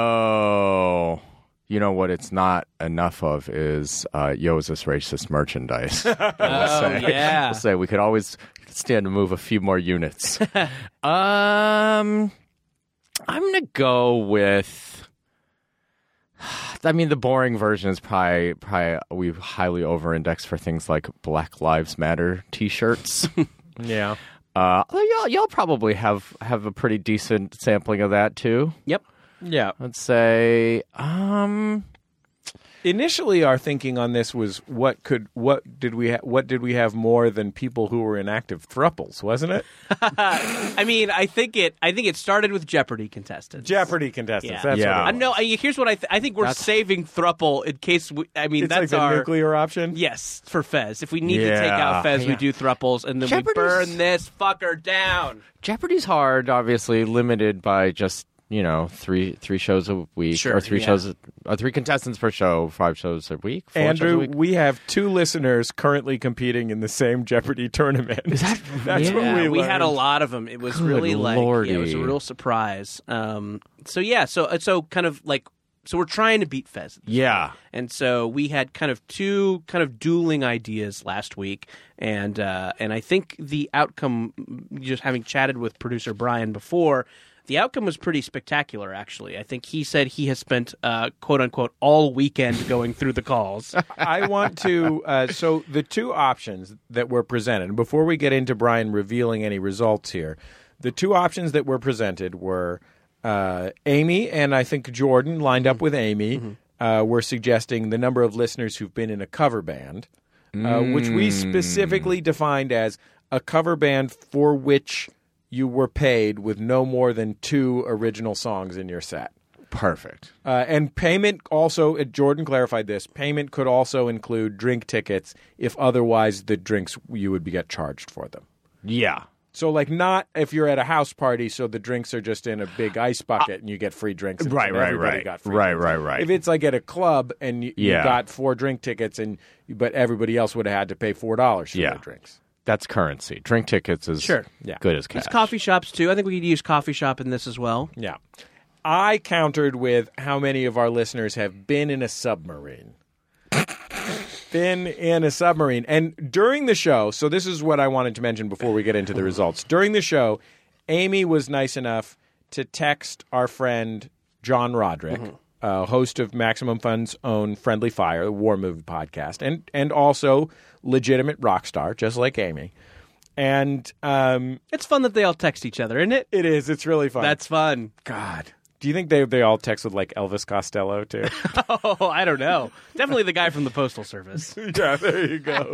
Oh, you know what? It's not enough of is uh, yo is this racist merchandise. oh
yeah.
we'll say we could always stand to move a few more units. um, I'm Um, gonna go with. I mean, the boring version is probably probably we highly over-index for things like Black Lives Matter T-shirts.
Yeah.
uh, although y'all y'all probably have have a pretty decent sampling of that too.
Yep.
Yeah.
Let's say, um,
initially our thinking on this was what could what did we ha- what did we have more than people who were in active thruples wasn't it
I mean, I think it. I think it started with Jeopardy contestants.
jeopardy contestants
Yeah.
that's
Yeah.
what
I
it was.
know. I, here's what I. Th- I think we're saving thruple in case. We, I mean,
it's
that's
like the
our
nuclear option
Yes, for Fez. If we need to take
Yeah.
out Fez, we do thruples, and then
Jeopardy's-
we burn this fucker down.
Jeopardy's hard, obviously limited by just you know three three shows a week
Sure,
or three
yeah.
shows, uh, three contestants per show, five shows a week. Four shows a
Andrew,
week.
we have two listeners currently competing in the same Jeopardy tournament. That's
Yeah,
what we,
had a
learned.
lot of them. It was
Good
really like yeah, it was a
lordy.
real surprise. Um, so yeah, so so kind of like so we're trying to beat Fez,
yeah,
and so we had kind of two kind of dueling ideas last week, and uh, and I think the outcome, just having chatted with producer Brian before. The outcome was pretty spectacular, actually. I think he said he has spent, uh, quote unquote, all weekend going through the calls.
Oh,
I want to. Uh, so the two options that were presented, and before we get into Brian revealing any results here, the two options that were presented were uh, Amy and I think Jordan lined up with Amy. Uh, were suggesting the number of listeners who've been in a cover band, uh, which we specifically defined as a cover band for which you were paid with no more than two original songs in your set.
perfect.
Uh, and payment also, uh, Jordan clarified this payment could also include drink tickets if otherwise the drinks you would be get charged for them.
Yeah,
So, like, not if you're at a house party, so the drinks are just in a big ice bucket and you get free drinks. and
Uh, Right, right,
everybody
right.
got free
Right,
drinks.
right, right.
If it's like at a club and you, you
Yeah.
got four drink tickets, and but everybody else would have had to pay four dollars for
Yeah.
their drinks.
that's currency. Drink tickets is
Sure.
Yeah.
good as cash.
It's coffee shops too. I think we could use coffee shop in this as well.
Yeah. I countered with how many of our listeners have been in a submarine. been in a submarine. And during the show, so this is what I wanted to mention before we get into the results. During the show, Amy was nice enough to text our friend John Roderick, uh, host of Maximum Fun's own Friendly Fire, the war movie podcast, and and also legitimate rock star, just like Amy. And um,
It's fun that they all text each other, isn't it?
it is. It's really fun.
That's fun.
God. Do you think they they all text with like Elvis Costello too?
Oh, I don't know. Definitely the guy from the Postal Service. I
yeah, there you go.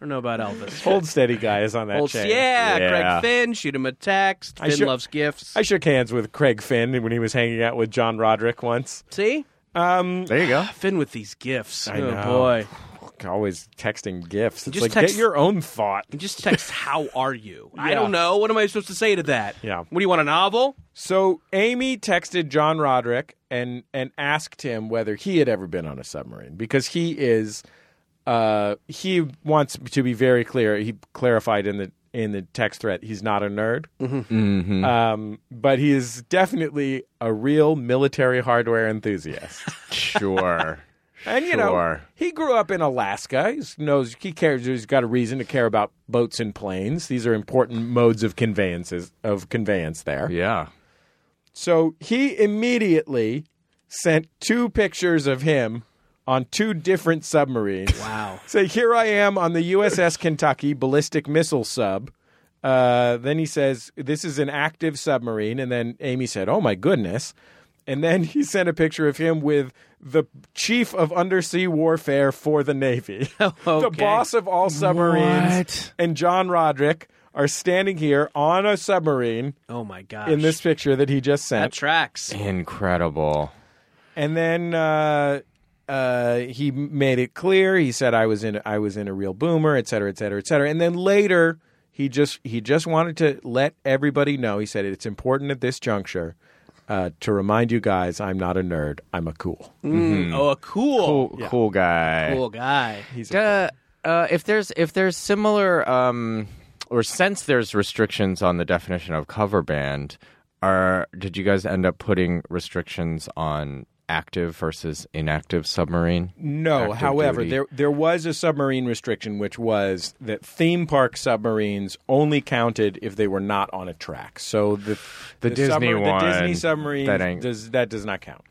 don't know about Elvis.
Hold steady guy is on that
Old-
chain.
yeah,
Yeah.
Craig Finn, shoot him a text. Finn
should-
loves gifts.
I shook hands with Craig Finn when he was hanging out with John Roderick once.
See?
Um,
There you go.
Finn with these gifts. oh
know.
boy.
always texting gifts. It's
Just
like
text-
get your own thought.
Just text how are you? I
Yeah.
don't know. What am I supposed to say to that?
Yeah.
What do you want a novel?
So Amy texted John Roderick and and asked him whether he had ever been on a submarine because he is uh, he wants to be very clear. He clarified in the in the text thread he's not a nerd, um, but he is definitely a real military hardware enthusiast.
Sure.
And you know,
Sure.
he grew up in Alaska. He knows he cares. He's got a reason to care about boats and planes. These are important modes of conveyances of conveyance there.
yeah.
So he immediately sent two pictures of him on two different submarines.
Wow.
Say, here I am on the USS Kentucky ballistic missile sub. Uh, then he says, this is an active submarine. And then Amy said, oh my goodness. And then he sent a picture of him with the chief of undersea warfare for the Navy. The
Oh, Okay.
boss of all submarines
What?
and John Roderick are standing here on a submarine
Oh my gosh.
in this picture that he just sent.
that tracks.
Incredible.
And then uh, uh, he made it clear. He said I was in I was in a real boomer, et cetera, et cetera, et cetera. And then later he just he just wanted to let everybody know. He said it's important at this juncture uh, to remind you guys I'm not a nerd. I'm a cool.
Mm, Oh, a cool,
Cool, cool guy.
cool guy.
Uh, uh, if there's if there's similar um, or since there's restrictions on the definition of cover band, are did you guys end up putting restrictions on active versus inactive submarine?
No,
Active
however,
duty.
there there was a submarine restriction which was that theme park submarines only counted if they were not on a track. So the
The Disney
the Disney
one,
submarine
that ain't-
does that does not count.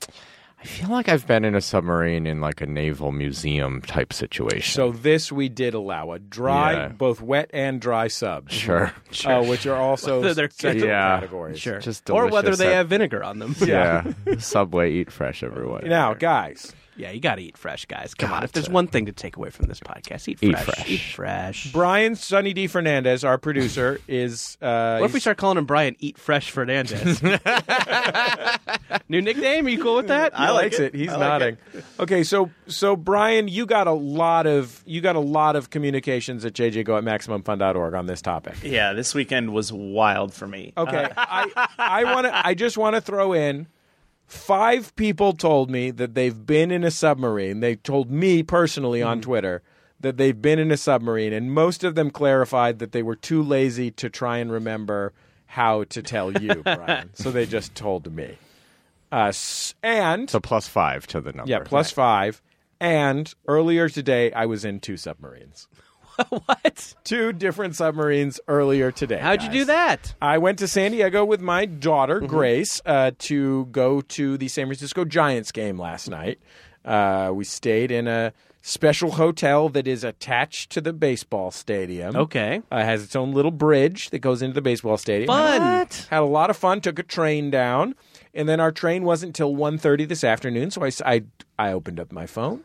I feel like I've been in a submarine in like a naval museum type situation.
So this we did allow a dry,
Yeah.
both wet and dry subs,
sure,
uh, which are also
Whether they're
central
Yeah.
categories.
Sure.
Just
or whether
delicious
they
that-
have vinegar on them.
yeah. Subway, eat fresh, everyone.
Now, guys,
Yeah, you got to eat fresh, guys. Come on. If there's one thing to take away from this podcast, eat
Eat
fresh.
fresh.
Eat fresh.
Brian Sunny D Fernandez, our producer, is uh,
What if we start calling him Brian Eat Fresh Fernandez? New nickname? Are you cool with that?
he likes it. He's nodding. Okay, so so Brian, you got a lot of you got a lot of communications at jjgo at maximumfun.org on this topic.
Yeah, this weekend was wild for me.
Okay,
Uh,
I I want to I just want to throw in five people told me that they've been in a submarine. They told me personally
Mm.
on Twitter that they've been in a submarine, and most of them clarified that they were too lazy to try and remember how to tell you, Brian. so they just told me. Uh, s- and
So plus five to the number.
yeah, plus five. And earlier today, I was in two submarines.
What?
Two different submarines earlier today.
How'd you
guys.
do that?
I went to San Diego with my daughter
Mm-hmm.
Grace uh, to go to the San Francisco Giants game last night. Uh, we stayed in a special hotel that is attached to the baseball stadium.
Okay.
uh, has its own little bridge that goes into the baseball stadium.
Fun.
Had a lot of fun. Took a train down, and then our train wasn't till 1.30 this afternoon. So I, s- I- I opened up my phone,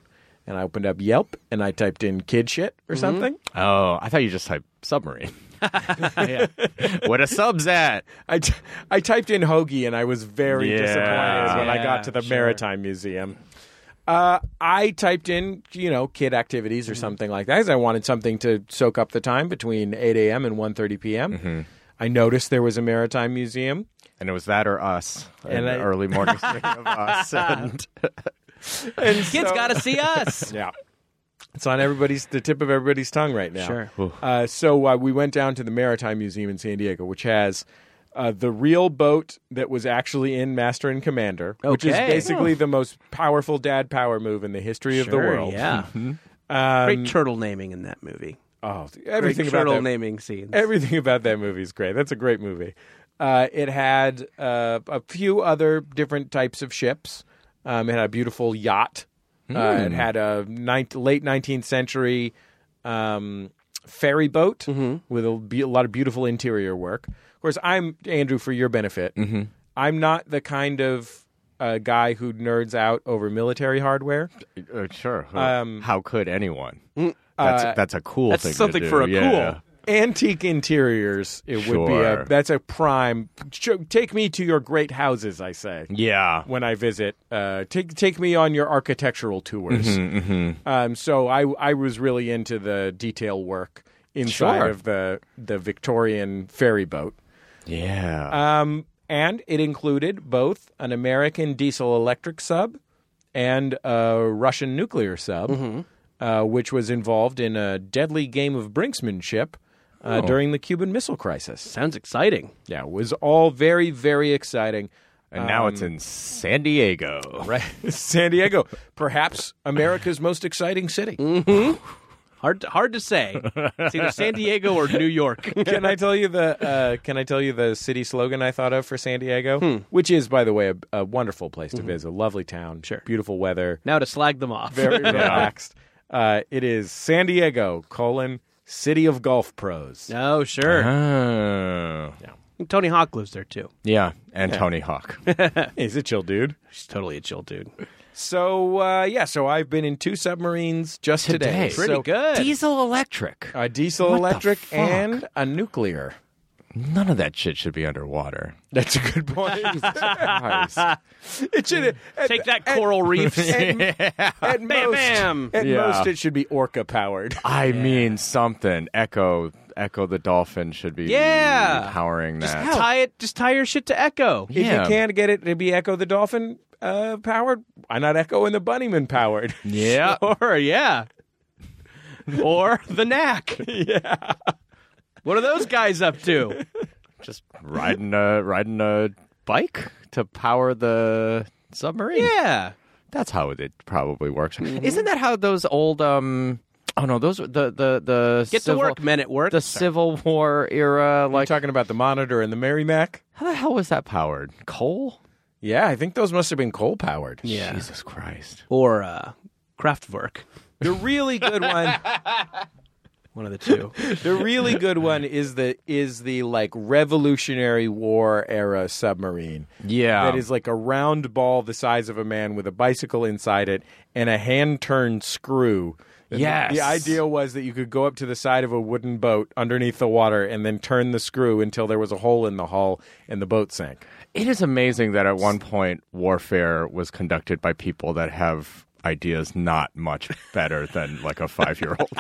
and I opened up Yelp, and I typed in "kid shit" or
Mm-hmm.
something.
Oh, I thought you just typed submarine. what a sub's at.
I, t- I typed in hoagie and I was very
Yeah.
disappointed when I
Yeah,
got to the
sure.
Maritime Museum. Uh, I typed in, you know, kid activities or
Mm-hmm.
something like that 'cause I wanted something to soak up the time between 8 a.m. and 1.30 p.m.
Mm-hmm.
I noticed there was a Maritime Museum.
And it was that or us.
And
And the
I-
early morning stream of us. And
And
Kids
so-
got to see us.
Yeah. It's on everybody's the tip of everybody's tongue right now.
Sure.
Uh, so uh, we went down to the Maritime Museum in San Diego, which has uh, the real boat that was actually in Master and Commander, which is
Okay.
basically the most powerful dad power move in the history of the
Sure,
world. Um,
Yeah. Great turtle naming in that movie.
Oh,
Great
everything about
turtle
that,
naming scenes.
everything about that movie is great. That's a great movie. Uh, it had uh, a few other different types of ships. Um, it had a beautiful yacht. Uh, it had a ninth, late nineteenth century um, ferry boat with a, be- a lot of beautiful interior work. Of course, I'm Andrew for your benefit. I'm not the kind of uh, guy who nerds out over military hardware.
Uh, sure. How could anyone? That's that's a
Um,
cool
mm, uh, that's
thing. to
something
do,
for a
yeah.
cool.
antique interiors it would be a
Sure.
that's a prime Ch- take me to your great houses i say
Yeah.
when i visit uh take take me on your architectural tours
Mm-hmm,
um so i i was really into the detail work inside
Sure.
of the the victorian ferry boat
Yeah.
uh,
um and it included both an american diesel electric sub and a russian nuclear sub uh, which was involved in a deadly game of brinksmanship uh, during the Cuban Missile Crisis.
Sounds exciting.
Yeah, it was all very, very exciting.
and now
um,
it's in San Diego.
Right, San Diego, perhaps America's most exciting city.
Hard to, hard to say. It's either San Diego or New York.
Can I tell you the uh, Can I tell you the city slogan I thought of for San Diego, which is, by the way, a, a wonderful place to visit. A lovely town, sure, beautiful weather,
now to slag them off.
very relaxed. Uh, it is San Diego colon city of golf pros.
oh, sure.
Oh.
Uh-huh.
Tony Hawk lives there too.
Yeah. And Tony Hawk.
He's a chill dude.
He's totally a chill dude.
So uh, yeah, so I've been in two submarines just today.
Today.
So,
Pretty good.
Diesel electric.
A diesel
What the
electric
fuck?
and a nuclear.
None of that shit should be underwater.
That's a good point. it should at,
Take that,
at-
coral reefs.
At most,
bam.
at
Yeah.
most, it should be orca powered.
I mean something. Echo Echo the Dolphin should be
Yeah.
powering that.
tie it. Just tie your shit to Echo.
If
Yeah.
you can't get it to be Echo the dolphin uh, powered, why not Echo and the Bunnyman powered?
yeah.
Or yeah. or the knack. Yeah. What are those guys up to?
Just riding a riding a bike to power the submarine.
Yeah.
That's how it probably works. Isn't that how those old um oh no, those were the the the
Get
civil,
to work, men at work.
the Civil War era
We're
like
talking about the Monitor and the Merrimack.
how the hell was that powered? Coal?
Yeah, I think those must have been coal powered.
Yeah.
Jesus Christ.
Or uh, Kraftwerk.
The really good one.
One of the two.
the really good one is the is the like Revolutionary War era submarine.
Yeah.
that is like a round ball the size of a man with a bicycle inside it and a hand turned screw. And the-
Yes.
The, idea was that you could go up to the side of a wooden boat underneath the water and then turn the screw until there was a hole in the hull and the boat sank.
It is amazing that at one point warfare was conducted by people that have ideas not much better than like a five year old.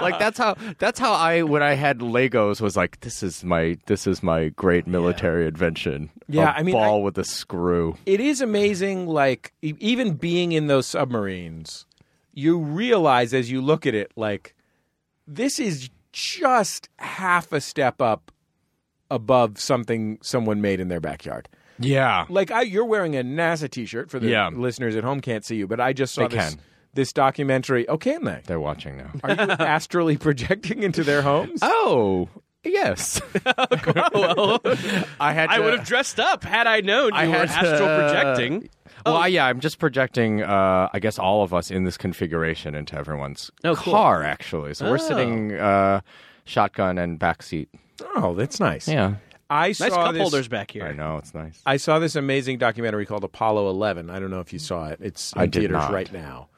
like that's how that's how I when I had Legos was like this is my this is my great military invention.
Yeah,
A
I mean,
ball
I-
with a screw.
It is amazing, like, e- even being in those submarines, you realize as you look at it, like, this is just half a step up above something someone made in their backyard.
Yeah,
like I, you're wearing a NASA T-shirt for the
Yeah.
listeners at home can't see you, but I just saw
They
this
can.
this documentary. Oh, can they?
they're watching now.
Are you astrally projecting into their homes?
Oh yes, I had.
I
to-
would have dressed up had I known you
I
were
had to-
astral projecting.
Oh.
Well, I- yeah, I'm just projecting. Uh, I guess all of us in this configuration into everyone's
Oh, cool.
car, actually. So we're sitting uh, shotgun and backseat.
Oh, that's nice.
Yeah,
I
Nice
saw
cup
this.
holders back here.
I know it's nice.
I saw this amazing documentary called Apollo 11. I don't know if you saw it. It's in
I did
theaters
not.
right now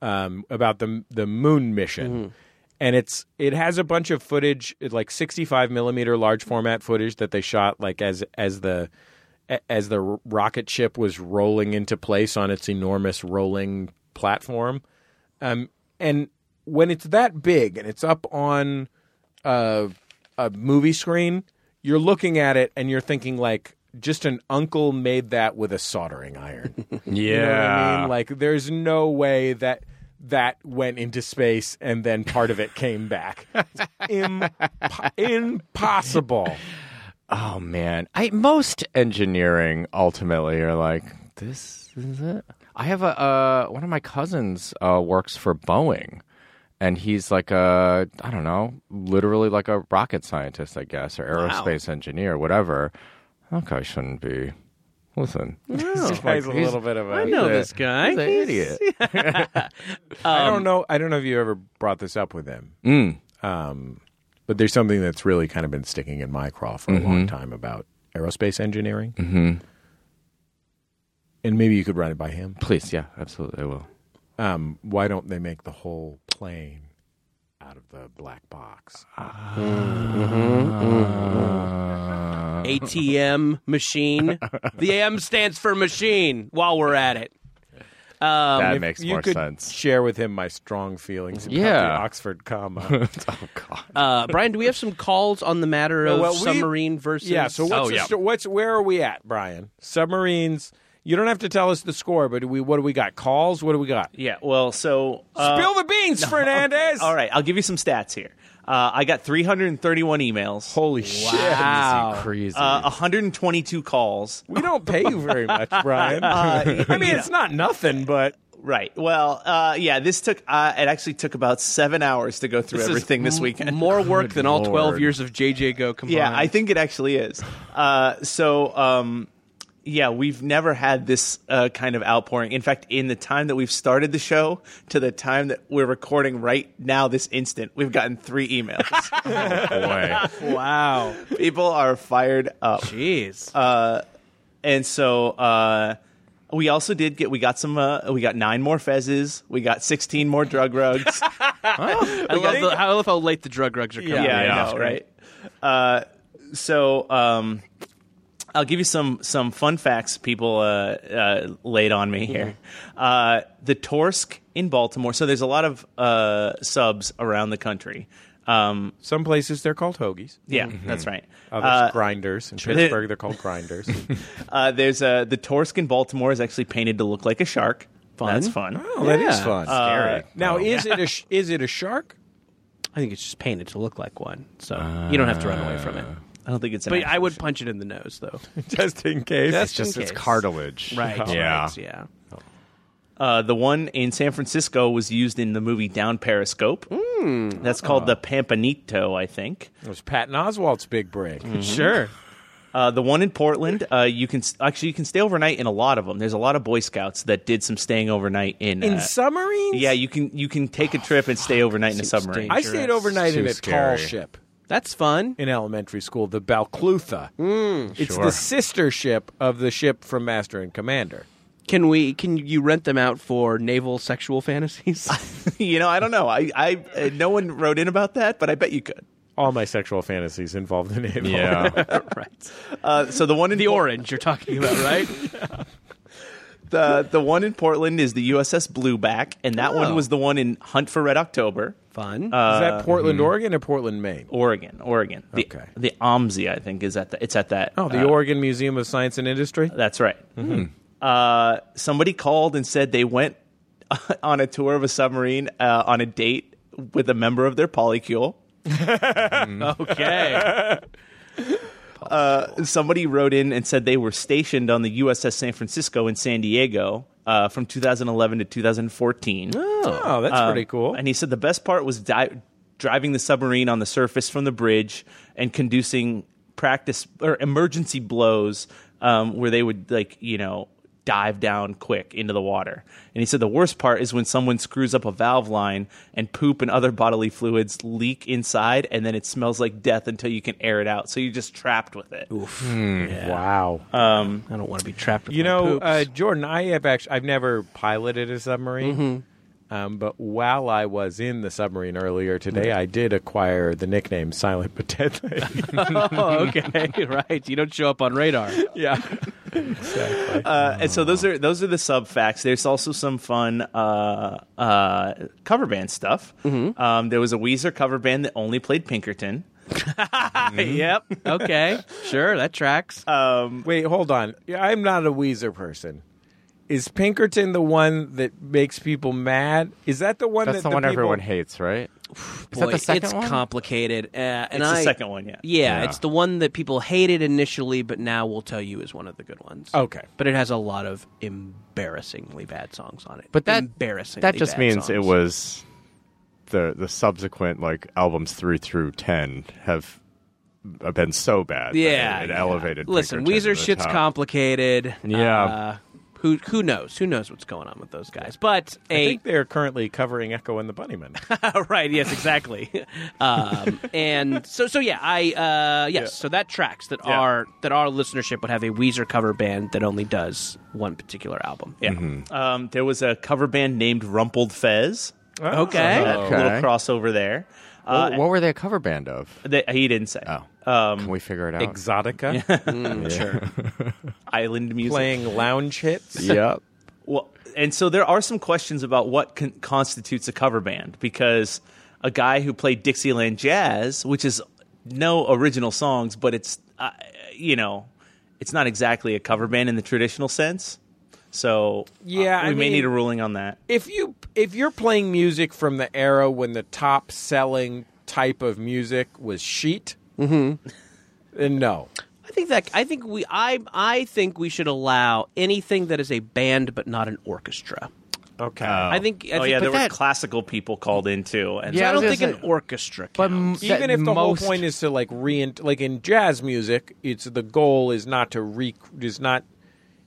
um, about the the moon mission,
Mm-hmm.
and it's it has a bunch of footage, it- like sixty five millimeter large format footage that they shot like as as the a- as the r- rocket ship was rolling into place on its enormous rolling platform, um, and when it's that big and it's up on a, a movie screen, you're looking at it and you're thinking like, just an uncle made that with a soldering iron.
Yeah,
You know what I mean? Like, there's no way that that went into space and then part of it came back. It's impo- impossible.
oh man, I most engineering ultimately are like this is it. I have a uh, one of my cousins uh, works for Boeing, and he's like a I don't know, literally like a rocket scientist, I guess, or aerospace engineer, whatever. That guy shouldn't be. Listen, this
guy's a little bit of a-
I
I know this guy.
He's an
He's-
idiot.
I don't know. I don't know if you ever brought this up with him. Um, but there's something that's really kind of been sticking in my craw for a long time about aerospace engineering. Mm-hmm. And maybe you could run it by him.
Please, yeah, absolutely, I will.
Um, why don't they make the whole plane out of the black box?
ATM machine. the M stands for machine. While we're at it, um,
that
If
makes
you
more
could
sense.
Share with him my strong feelings about
Yeah.
the Oxford comma.
Oh God.
uh, Brian, do we have some calls on the matter of
well, we-
submarine versus?
yeah. So what's,
Oh,
the
yeah.
sto- what's where are we at, Brian? Submarines. You don't have to tell us the score, but do we what do we got? Calls? What do we got?
Yeah, well, so. uh,
Spill the beans, Fernandez.
All right, I'll give you some stats here. Uh, I got 331 emails,
Holy shit.
Wow.
Crazy.
uh, 122 calls.
We don't pay you very much, Brian.
Uh,
I mean, it's not nothing, but
Right. Well, uh, yeah, this took, uh, it actually took about seven hours to go through
This is
everything this weekend.
More work than all
Lord.
12 years of JJ Go combined.
Yeah, I think it actually is. Uh, so, um, yeah, we've never had this uh, kind of outpouring. In fact, in the time that we've started the show to the time that we're recording right now, this instant, we've gotten three emails.
boy.
Wow.
People are fired up,
Jeez.
Uh, and so uh, we also did get we got some uh, we got nine more fezzes, we got sixteen more drug rugs.
I, love the, I love how late the drug rugs are coming.
yeah,
Yeah.
I know, right? Uh, so um, I'll give you some some fun facts people uh, uh, laid on me here. Uh, the Torsk in Baltimore. So there's a lot of uh, subs around the country. Um,
some places they're called hoagies.
yeah, Mm-hmm. Oh, that's right.
Uh,
Others grinders. In Pittsburgh, they're called grinders.
Uh, there's uh, the Torsk in Baltimore is actually painted to look like a shark. Fun. That's fun.
oh, that is fun.
Scary.
now, is it a sh- is it a shark?
I think it's just painted to look like one, so you don't have to run away from it.
I don't think it's. An
But I
actual
would punch it in the nose, though.
Just in case.
it's just
in
it's
case.
cartilage. Yeah.
right, yeah.
Uh, the one in San Francisco was used in the movie Down Periscope.
Hmm.
That's called
Uh-huh.
the Pampanito, I think.
it was Patton Oswalt's big break.
Sure.
Uh, the one in Portland, uh, you can actually you can stay overnight in a lot of them. There's a lot of Boy Scouts that did some staying overnight in.
In
uh,
submarines?
yeah, you can you can take a trip and stay overnight in a submarine.
I stayed overnight
Too
in a tall
scary.
ship
That's fun.
in elementary school, the Balclutha. it's the
sure.
sister ship of the ship from Master and Commander.
Can we? Can you rent them out for naval sexual fantasies?
you know, I don't know. I, I uh, no one wrote in about that, but I bet you could.
All my sexual fantasies involve the naval.
Yeah.
right.
Uh, so the one in
The
Por-
orange you're talking about, right?
the the one in Portland is the USS Blueback, and that
Oh.
one was the one in Hunt for Red October.
Fun.
Uh,
Is that Portland, Oregon, or Portland, Maine?
Oregon, Oregon. The,
Okay.
The OMSI, I think, is at the, it's at that.
Oh, the Mm-hmm.
uh,
Oregon Museum of Science and Industry.
That's right. Uh, somebody called and said they went on a tour of a submarine uh, on a date with a member of their polycule.
Mm-hmm.
okay.
Uh, Somebody wrote in and said they were stationed on the USS San Francisco in San Diego uh, from 2011 to 2014.
Oh, that's pretty cool.
Uh, Um, And he said the best part was di- driving the submarine on the surface from the bridge and conducing practice or emergency blows um, where they would like you know dive down quick into the water. And he said the worst part is when someone screws up a valve line and poop and other bodily fluids leak inside, and then it smells like death until you can air it out. So you're just trapped with it.
Wow.
I don't want to be trapped. With
you
my
know,
poops.
uh, Jordan, I have actually I've never piloted a submarine.
Mm-hmm.
Um, but while I was in the submarine earlier today, I did acquire the nickname Silent But Deadly.
oh, okay. Right. You don't show up on radar.
yeah.
Uh, and so those are those are the sub facts. There's also some fun uh, uh, cover band stuff. Um, there was a Weezer cover band that only played Pinkerton.
yep. Okay. Sure. That tracks.
Um,
Wait, hold on. Yeah, I'm not a Weezer person. Is Pinkerton the one that makes people mad? Is that the one that
That's the one
people-
everyone hates, right? Is that
Boy,
the second
it's
one?
complicated. Uh, and
It's
I,
the second one, yeah.
Yeah,
Yeah.
it's the one that people hated initially, but now we'll tell you is one of the good ones.
Oh.
Okay.
But it has a lot of embarrassingly bad songs on it.
But that-
embarrassingly
that just
bad
means
songs.
it was the the subsequent like albums three through ten have been so bad. that
yeah,
it, it
yeah.
elevated.
Listen,
Pinkerton to
Weezer
the
shit's
top.
complicated.
Yeah.
Uh, who who knows? Who knows what's going on with those guys? But
I
a Oh,
think they're currently covering Echo and the Bunnymen.
right, yes, exactly. um, and so, so yeah, I uh, yes, so that tracks that
Yeah.
our that our listenership would have a Weezer cover band that only does one particular album.
Yeah. Um, there was a cover band named Rumpled Fez.
Oh. Okay.
That
Okay.
little crossover there. Uh,
What, what were they a cover band of?
they- he didn't say.
uh,
Oh, can
Um,
we figure it out?
Exotica
Sure.
island music.
playing lounge hits.
yep.
Well, and so there are some questions about what con- constitutes a cover band because a guy who played Dixieland jazz, which is no original songs, but it's uh, you know, it's not exactly a cover band in the traditional sense. So uh,
Yeah,
we
I
may
mean-
need a ruling on that.
if you if you're playing music from the era when the top selling type of music was sheet, then no.
I think that I think we I I think we should allow anything that is a band but not an orchestra.
Okay.
I think. I
oh
think-
yeah,
but
there
that-
were classical people called in too, and
so
Yeah,
I
I
don't
was
think
gonna
an
say-
orchestra.
But
counts.
m-
even
that
if the
most,
whole point is to like re like in jazz music, it's the goal is not to re is not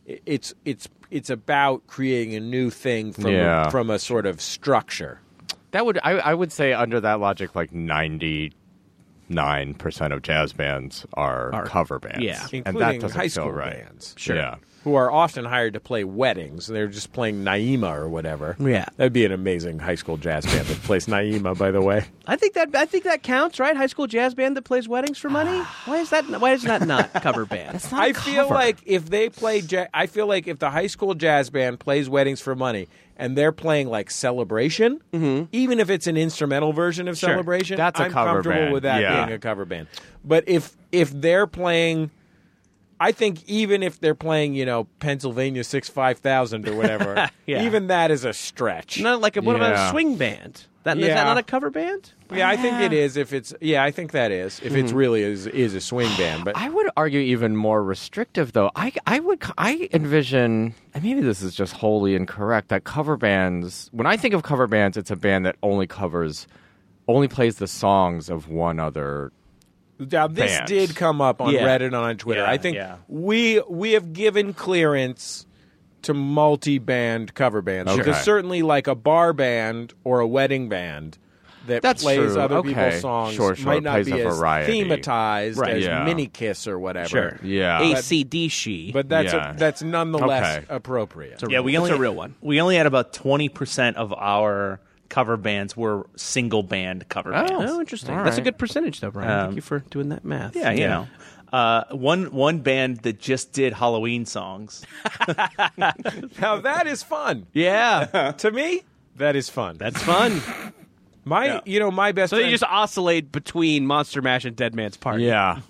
i- it's it's it's about creating a new thing from
Yeah.
from a sort of structure.
that would I, I would say under that logic, like ninety nine percent of jazz bands are, cover bands.
yeah.
and
Including
that doesn't
high
feel
school
right.
bands. Sure.
Yeah.
Who are often hired to play weddings, and they're just playing Naima or whatever.
Yeah.
that'd be an amazing high school jazz band that plays Naima. By the way,
I think that I think that counts, right? High school jazz band that plays weddings for money. Why is that? Why is that not cover band?
It's Ah. not
I
a
feel
cover.
like if they play, ja- I feel like if the high school jazz band plays "Weddings for Money" and they're playing like "Celebration," even if it's an instrumental version of "Celebration,"
Mm-hmm. That's a
I'm
cover
comfortable
band.
with that
Yeah.
being a cover band. But if if they're playing. I think even if they're playing, you know, Pennsylvania Six Five Thousand or whatever,
Yeah.
even that is a stretch.
Not like a, what about a
Yeah.
swing band? That is
Yeah.
that not a cover band?
Yeah, I think it is. If it's yeah, I think that is. If
Mm-hmm.
it's really is is a swing band, but
I would argue even more restrictive, though. I I would I envision, and maybe this is just wholly incorrect, that cover bands. When I think of cover bands, it's a band that only covers, only plays the songs of one other.
Now, this
bands.
did come up on
Yeah.
Reddit and on Twitter.
Yeah,
I think
yeah.
we we have given clearance to multi-band cover bands.
Okay.
There's certainly like a bar band or a wedding band that
That's
plays
true.
other
Okay.
people's songs.
Sure, sure.
Might
It
not
plays
be
a
as
variety.
thematized
Right.
as
Yeah.
Mini Kiss or whatever.
Yeah.
ACDC.
But that's
Yeah.
a, that's nonetheless
Okay.
appropriate.
yeah, we
That's
only
a real one.
We only had about twenty percent of our cover bands were single band cover
Oh.
bands.
oh, interesting.
All
That's a
right.
good percentage, though, Brian. Thank you for doing that math.
Yeah, you know. Uh, one one band that just did Halloween songs.
Now that is fun.
yeah.
To me, that is fun.
That's fun.
my you know my best
So
friend
you just oscillate between Monster Mash and Dead Man's Party.
Yeah,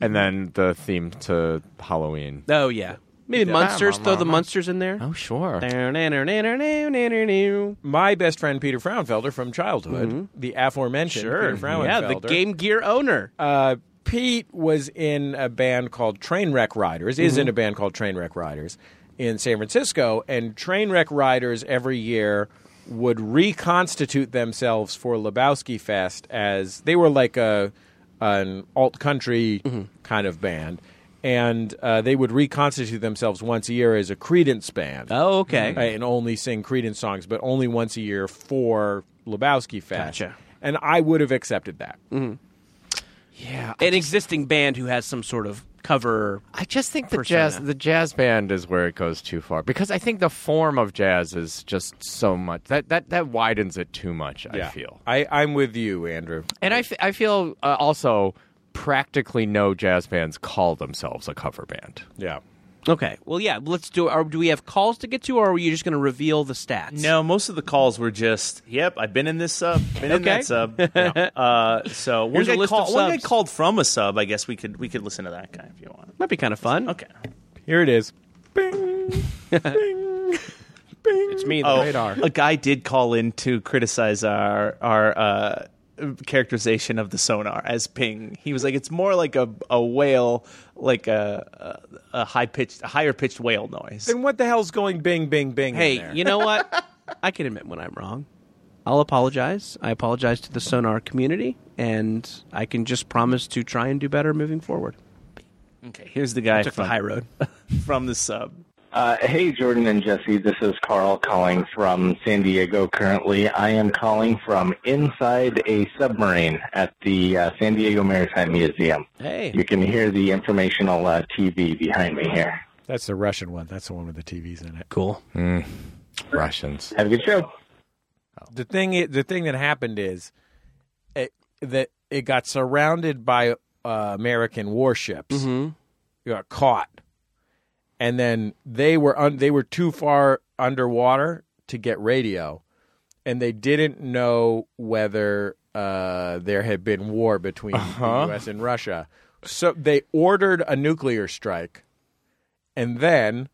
and then the theme to Halloween.
Oh yeah. Maybe Monsters. Throw the Monsters in there.
Oh sure.
my best friend Peter Frauenfelder from childhood, the aforementioned
Mm-hmm. Sure.
Peter
Yeah, the
Frauenfelder.
Game Gear owner.
Uh, Pete was in a band called Trainwreck Riders. Is
Mm-hmm.
in a band called Trainwreck Riders in San Francisco, and Trainwreck Riders every year would reconstitute themselves for Lebowski Fest as they were like a an alt country
Mm-hmm.
kind of band, and uh, they would reconstitute themselves once a year as a Credence band
oh okay.
uh, and only sing Credence songs, but only once a year for Lebowski Fest.
Gotcha.
And I would have accepted that.
Yeah.
An existing band who has some sort of cover.
I just think the
persona.
jazz the jazz band is where it goes too far because I think the form of jazz is just so much that that that widens it too much. I feel.
I, I'm with you, Andrew.
And I, f- I feel uh, also practically no jazz bands call themselves a cover band.
Yeah.
Okay. Well, yeah. Let's do. Are, do we have calls to get to, or are you just going to reveal the stats?
No, most of the calls were just, "Yep, I've been in this sub, been in
Okay.
that sub." uh, so one
Here's a
guy,
list of
call, one guy
subs.
called from a sub. I guess we could we could listen to that guy if you want.
Might be kind of fun.
Okay,
Here it is.
It's me.
Oh,
radar.
a guy did call in to criticize our our uh, characterization of the sonar as ping. He was like, it's more like a a whale, like a a, a high pitched, higher pitched whale noise.
Then what the hell's going bing, bing, bing? in
Hey,
there?
you know what? I can admit when I'm wrong. I'll apologize. I apologize to the Sonar community, and I can just promise to try and do better moving forward.
Okay, here's the guy
Took the
from,
high road.
from the sub.
Uh, hey, Jordan and Jesse. This is Carl calling from San Diego currently. I am calling from inside a submarine at the uh, San Diego Maritime Museum.
Hey,
You can hear the informational uh, TV behind me here.
That's the Russian one. That's the one with the TVs in it.
cool.
Russians.
Have a good show.
the thing i- the thing that happened is it, that it got surrounded by uh, American warships. It got caught, and then they were un- they were too far underwater to get radio, and they didn't know whether uh, there had been war between the U.S. and Russia. So they ordered a nuclear strike, and then.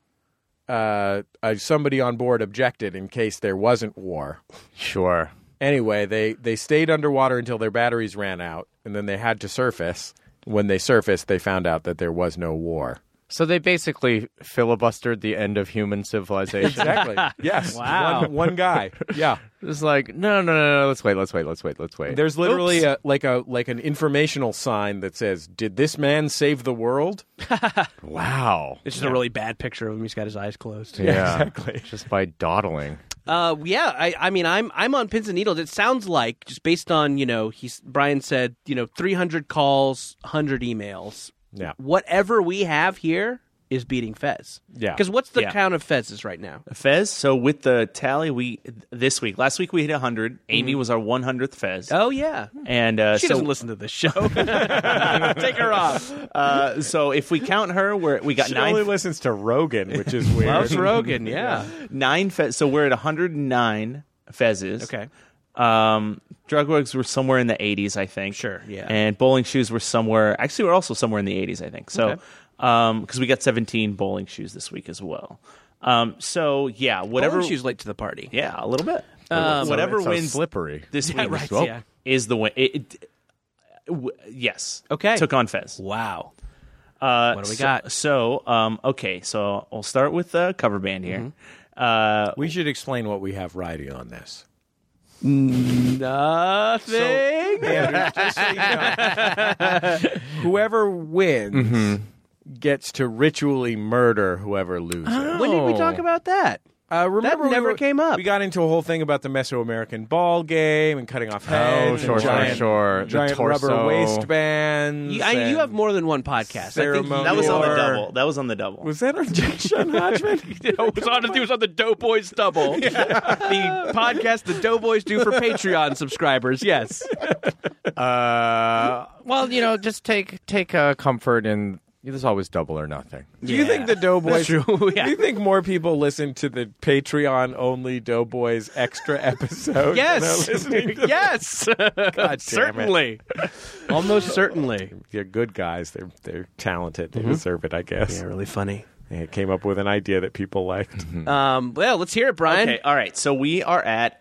Uh, uh, somebody on board objected in case there wasn't war.
Sure.
Anyway, they they stayed underwater until their batteries ran out, and then they had to surface. When they surfaced, they found out that there was no war.
So they basically filibustered the end of human civilization.
Exactly. yes.
Wow.
One, one guy. Yeah.
it's like, no, no, no, no, let's wait, let's wait, let's wait, let's wait.
There's literally a, like a like an informational sign that says, "Did this man save the world?"
wow.
It's just a really bad picture of him. He's got his eyes closed.
yeah, exactly. Just by dawdling.
Uh, yeah. I, I mean, I'm I'm on pins and needles. It sounds like just based on you know he's Brian said you know 300 calls, 100 emails.
Yeah.
Whatever we have here is beating Fez.
Yeah.
Because what's the
Yeah.
count of Fez's right now?
Fez. So with the tally, we this week, last week we hit 100. Amy was our 100th Fez,
Mm-hmm. Oh yeah.
and uh,
She
so
doesn't listen to this show. Take her off.
uh, so if we count her, we're we got
She
nine
only listens to Rogan, which is weird.
Loves Rogan, yeah.
nine Fez. So we're at 109 Fezes.
Okay.
Um, drug rugs were somewhere in the 80s, I think.
Sure, yeah.
And bowling shoes were somewhere. Actually, we're also somewhere in the 80s, I think. So,
Okay.
um, because we got 17 bowling shoes this week as well. Um, so yeah, whatever.
Whatever. She's late to the party.
Yeah, a little bit.
Um,
whatever
it's so
wins
slippery.
this
Yeah,
week
right,
well,
yeah.
is the win. It, it, w- yes.
Okay.
Took on Fez.
Wow.
Uh,
What do we
so-
got?
So, um, okay, so I'll start with the cover band here.
Mm-hmm.
Uh,
We should explain what we have riding on this.
Nothing.
Andrew, just so you know, whoever wins gets to ritually murder whoever loses.
when did we talk about that?
Uh, remember we
never
were-
came up.
We got into a whole thing about the Mesoamerican ball game and cutting off
Oh,
heads.
sure,
and
sure,
giant,
sure. The
Giant
torso.
rubber waistbands.
You, I, you
and-
have more than one podcast.
Ceremonial.
that was on the
Or-
double. That was on the double.
Was that rejection, Hodgman?
I think he, it was on. It was on the Doughboys Double, the podcast the Doughboys do for Patreon subscribers. Yes.
Uh, well, you know, just take take uh, comfort in there's always double or nothing.
Do you think the Doughboys?
That's true, yeah.
Do you think more people listen to the Patreon only Doughboys extra episode? than
Yes.
they're listening to-
yes. certainly. Almost certainly.
They're good guys. They're they're talented.
Mm-hmm.
They deserve it, I guess.
really funny.
They came up with an idea that people liked.
Um, well, let's hear it, Brian.
Okay, all right. So we are at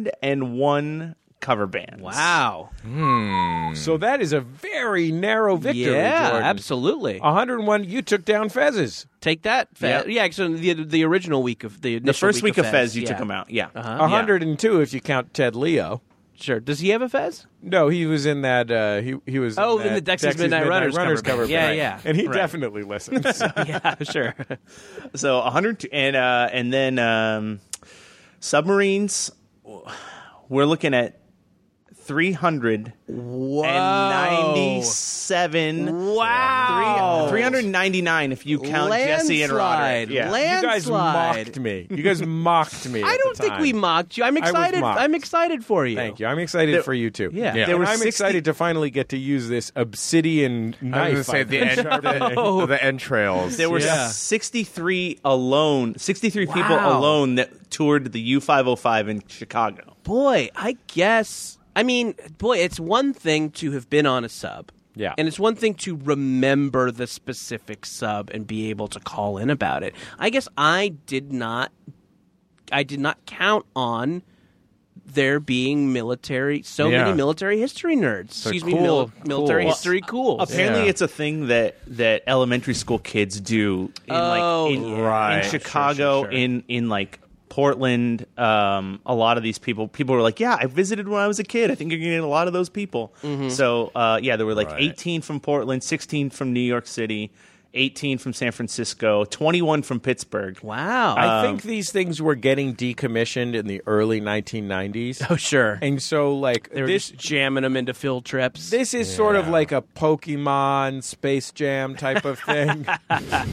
101 cover bands.
Wow.
So that is a very narrow victory.
yeah,
Jordan.
absolutely.
101. You took down Fezes.
Take that, Fez. Yeah, actually, the the original week of the
The
initial
first week of Fez, you
yeah.
took them out. Yeah.
Uh-huh.
Yeah.
102 if you count Ted Leo.
Sure. Does he have a Fez?
No, he was in that. Uh, he he was.
Oh,
in,
in
that
the Dexys Midnight Runners cover
cover.
band. Yeah,
band.
yeah.
And he definitely listens.
yeah, sure.
So 102, and uh, and then um, submarines. We're looking at 397.
Wow.
399 if you count Jesse and
Landslide.
Roderick. Yeah.
you guys
Landslide.
mocked me. You guys mocked me.
I
at
don't
the
think
time.
we mocked you. I'm
was
excited.
mocked.
I'm excited for you.
Thank you. I'm excited for you too.
Yeah. Yeah.
And
There were
I'm
60
excited to finally get to use this obsidian
I
knife.
was gonna say the, Um,
I've been
en- the,
Oh.
the entrails.
There were
Yeah.
63 alone, 63 people
Wow.
alone that toured the U505 in Chicago.
Boy, I guess. I mean, boy, it's one thing to have been on a sub.
Yeah.
And it's one thing to remember the specific sub and be able to call in about it. I guess I did not I did not count on there being military so
Yeah.
many military history nerds. Excuse me,
cool,
mil-
cool.
military
Well,
history cool.
Apparently,
Yeah.
it's a thing that that elementary school kids do in
Oh,
like in,
right.
in
Sure,
Chicago,
sure, sure.
in in like Portland. Um, a lot of these people, people were like, "Yeah, I visited when I was a kid. I think you're gonna get a lot of those people."
Mm-hmm.
So, uh, yeah, there were like
Right.
18 from Portland, 16 from New York City, 18 from San Francisco, 21 from Pittsburgh.
wow.
I think these things were getting decommissioned in the early 1990s.
oh sure.
And so, like,
they were
this
just jamming them into field trips.
This is sort of like a Pokemon Space Jam type of thing,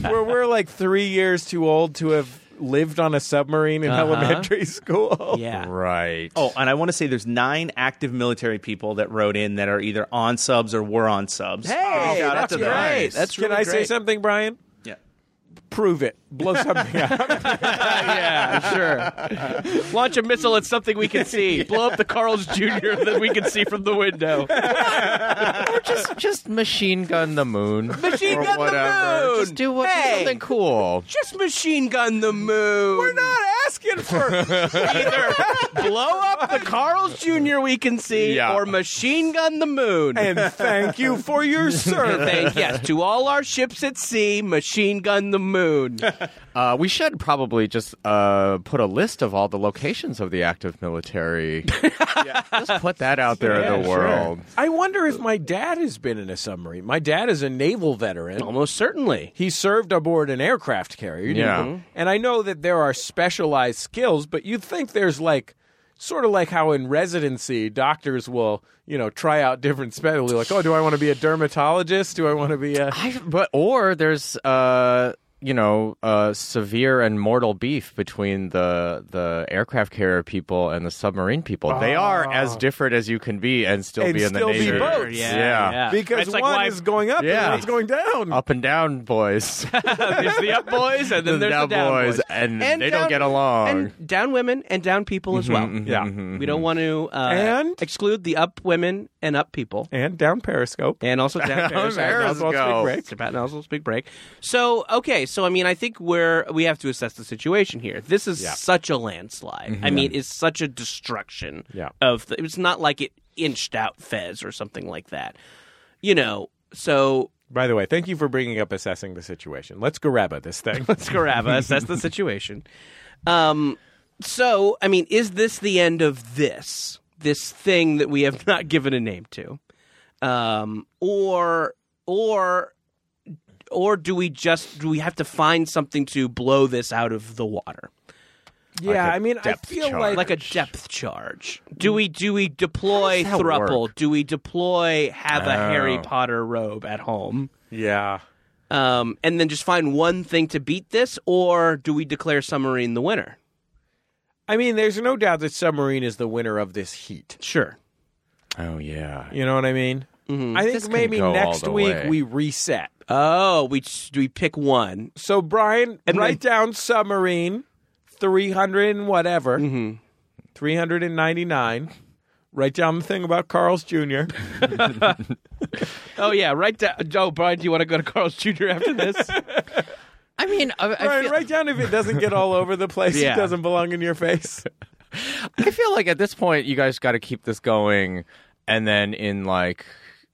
where we're like three years too old to have lived on a submarine in elementary school.
Uh-huh. yeah.
Right.
Oh, and I want to say there's nine active military people that wrote in that are either on subs or were on subs.
Hey,
shout out
that's
to
great.
them.
That's
Can
really
I say
great.
something, Brian?
Yeah.
Prove it. Blow something up.
yeah, sure. Launch a missile at something we can see. Blow up the Carl's Jr. that we can see from the window.
Or just just machine gun the moon.
Machine
or
gun the
whatever.
moon!
Just do, what, do
Hey!
something cool.
Just machine gun the moon. We're
not asking for.
either blow up the Carl's Jr. we can see
Yeah.
or machine gun the moon.
And thank you for your
And
service.
thank- yes, to all our ships at sea, machine gun the moon.
Uh, we should probably just uh, put a list of all the locations of the active military. Just put that out there in the world.
I wonder if my dad has been in a submarine. My dad is a naval veteran.
Almost certainly.
he served aboard an aircraft carrier.
Yeah. Mm-hmm.
Mhm. And I know that there are specialized skills, but you'd think there's like sort of like how in residency doctors will, you know, try out different specialties like, "Oh, do I want to be a dermatologist? Do I want to be a
I, but or there's uh you know uh severe and mortal beef between the the aircraft carrier people and the submarine people. They are as different as you can be Ah. and still
And
be in
still
the
be
navy.
both.
Yeah.
because
It's
one
like why-
is going up
Yeah.
and one's going down."
Up and down, boys.
there's the up boys and then there's
down
the down boys,
boys, and they don't get along.
And down women and down people as well.
yeah.
We don't want to uh,
And?
exclude the up women and up people.
And down periscope.
And also down Paris.
Periscope.
It's about nozzles, big break. So okay, so I mean, I think we're we have to assess the situation here. This is such a landslide. I mean, it's such a destruction
Yeah.
of. The, it's not like it inched out Fez or something like that. You know, so
By the way, thank you for bringing up assessing the situation. Let's garabba this thing.
Scarava assess the situation. Um, so I mean, is this the end of this this thing that we have not given a name to, um, or or or do we just do we have to find something to blow this out of the water?
yeah, I mean, I
depth
feel
chart.
like
like a depth charge. Do we do we deploy
How does that
thruple?
work?
Do we deploy have a Harry
Oh.
Potter robe at home?
yeah.
Um, and then just find one thing to beat this, or do we declare submarine the winner?
I mean, there's no doubt that submarine is the winner of this heat.
Sure.
oh yeah.
You know what I mean?
Mm-hmm.
I think
This can
maybe
go all
next
the
week
way.
we reset.
Oh, we s- we pick one.
So Brian,
And
write down submarine, three hundred and whatever,
Mm-hmm.
hundred and ninety nine. Write down the thing about Carl's Jr.
Oh yeah, right down. Joe Brian, do you want to go to Carl's Jr. after this?
I mean, uh, I, I,
Brian,
feel,
write down if it doesn't get all over the place,
Yeah.
it doesn't belong in your face.
I feel like at this point you guys got to keep this going, and then in like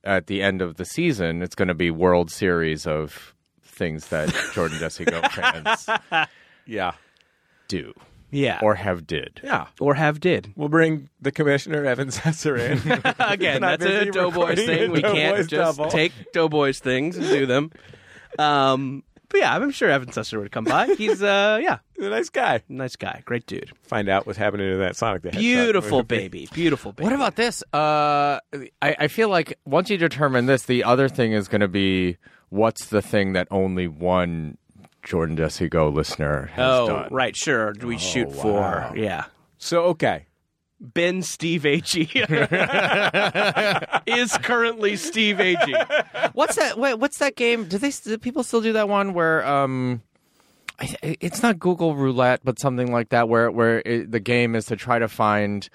at the end of the season, it's going to be World Series of things that Jordan Jesse Go fans
Yeah,
do
yeah,
or have did.
yeah.
or have did
We'll bring the commissioner Evan Sesser in.
again.
Not
That's a
busy
Doughboys
recording
thing.
a
We can't
Doughboys
just
double.
take Doughboys things and do them. Um, but yeah, I'm sure Evan Susser would come by. He's uh, yeah,
He's a nice guy.
nice guy, great dude,
Find out what's happening to that Sonic the Hedgehog.
beautiful
movie.
baby, beautiful baby.
What about this? Uh, I, I feel like once you determine this, the other thing is going to be what's the thing that only one Jordan Jesse Go listener has
Oh,
done.
right, sure. Do we shoot
Oh,
for yeah?
So okay,
Ben Steve Agee is currently Steve Agee.
What's that? Wait, what's that game? Do they do people still do that one where um, I th- it's not Google Roulette, but something like that, where where it, the game is to try to find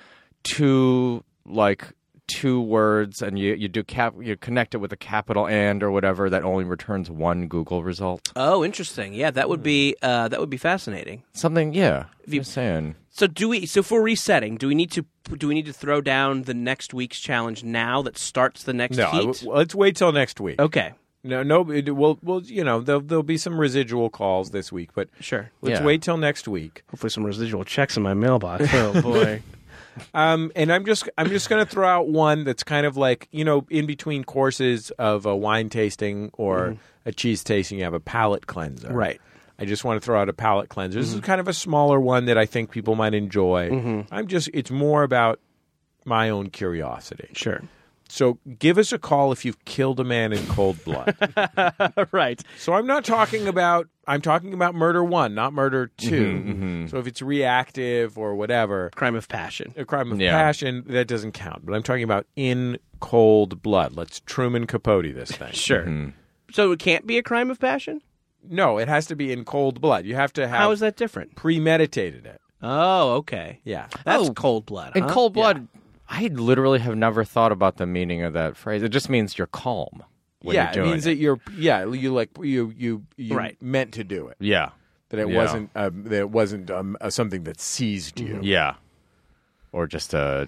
two like two words and you, you do cap you connect it with a capital and or whatever that only returns one Google result.
Oh, interesting. Yeah, that would be uh, that would be fascinating.
Something, yeah.
you-
I'm saying.
So do we? So for resetting, do we need to do we need to throw down the next week's challenge now that starts the next
No, I-
heat?
let's wait till next week.
okay,
No, no. It, well, well, you know, there'll, there'll be some residual calls this week, but
sure.
let's
Yeah.
wait till next week.
Hopefully, some residual checks in my mailbox. oh boy.
Um, and I'm just, I'm just going to throw out one that's kind of like, you know, in between courses of a wine tasting or a cheese tasting, you have a palate cleanser,
Mm-hmm. Right. Mm-hmm.
I just want to throw out a palate cleanser. This is kind of a smaller one that I think people might enjoy. I'm just, it's more about my own curiosity.
Sure.
So give us a call if you've killed a man in cold blood.
right.
So I'm not talking about I'm talking about murder one, not murder 2 So if it's reactive or whatever,
Crime of passion.
a crime of
Yeah.
passion, that doesn't count. But I'm talking about in cold blood. Let's Truman Capote this thing.
Sure.
Mm-hmm.
So it can't be a crime of passion.
No, it has to be in cold blood. You have to have
How is that different?
premeditated it.
Oh, okay.
Yeah.
That's
Oh.
cold blood.
In
huh?
cold blood, I literally have never thought about the meaning of that phrase. It just means you're calm when
yeah,
you're doing
it means that you're yeah, you like you you you
Right.
meant to do it.
Yeah.
That it
Yeah.
wasn't um, that it wasn't um, uh, something that seized you.
Mm-hmm. Yeah. Or just a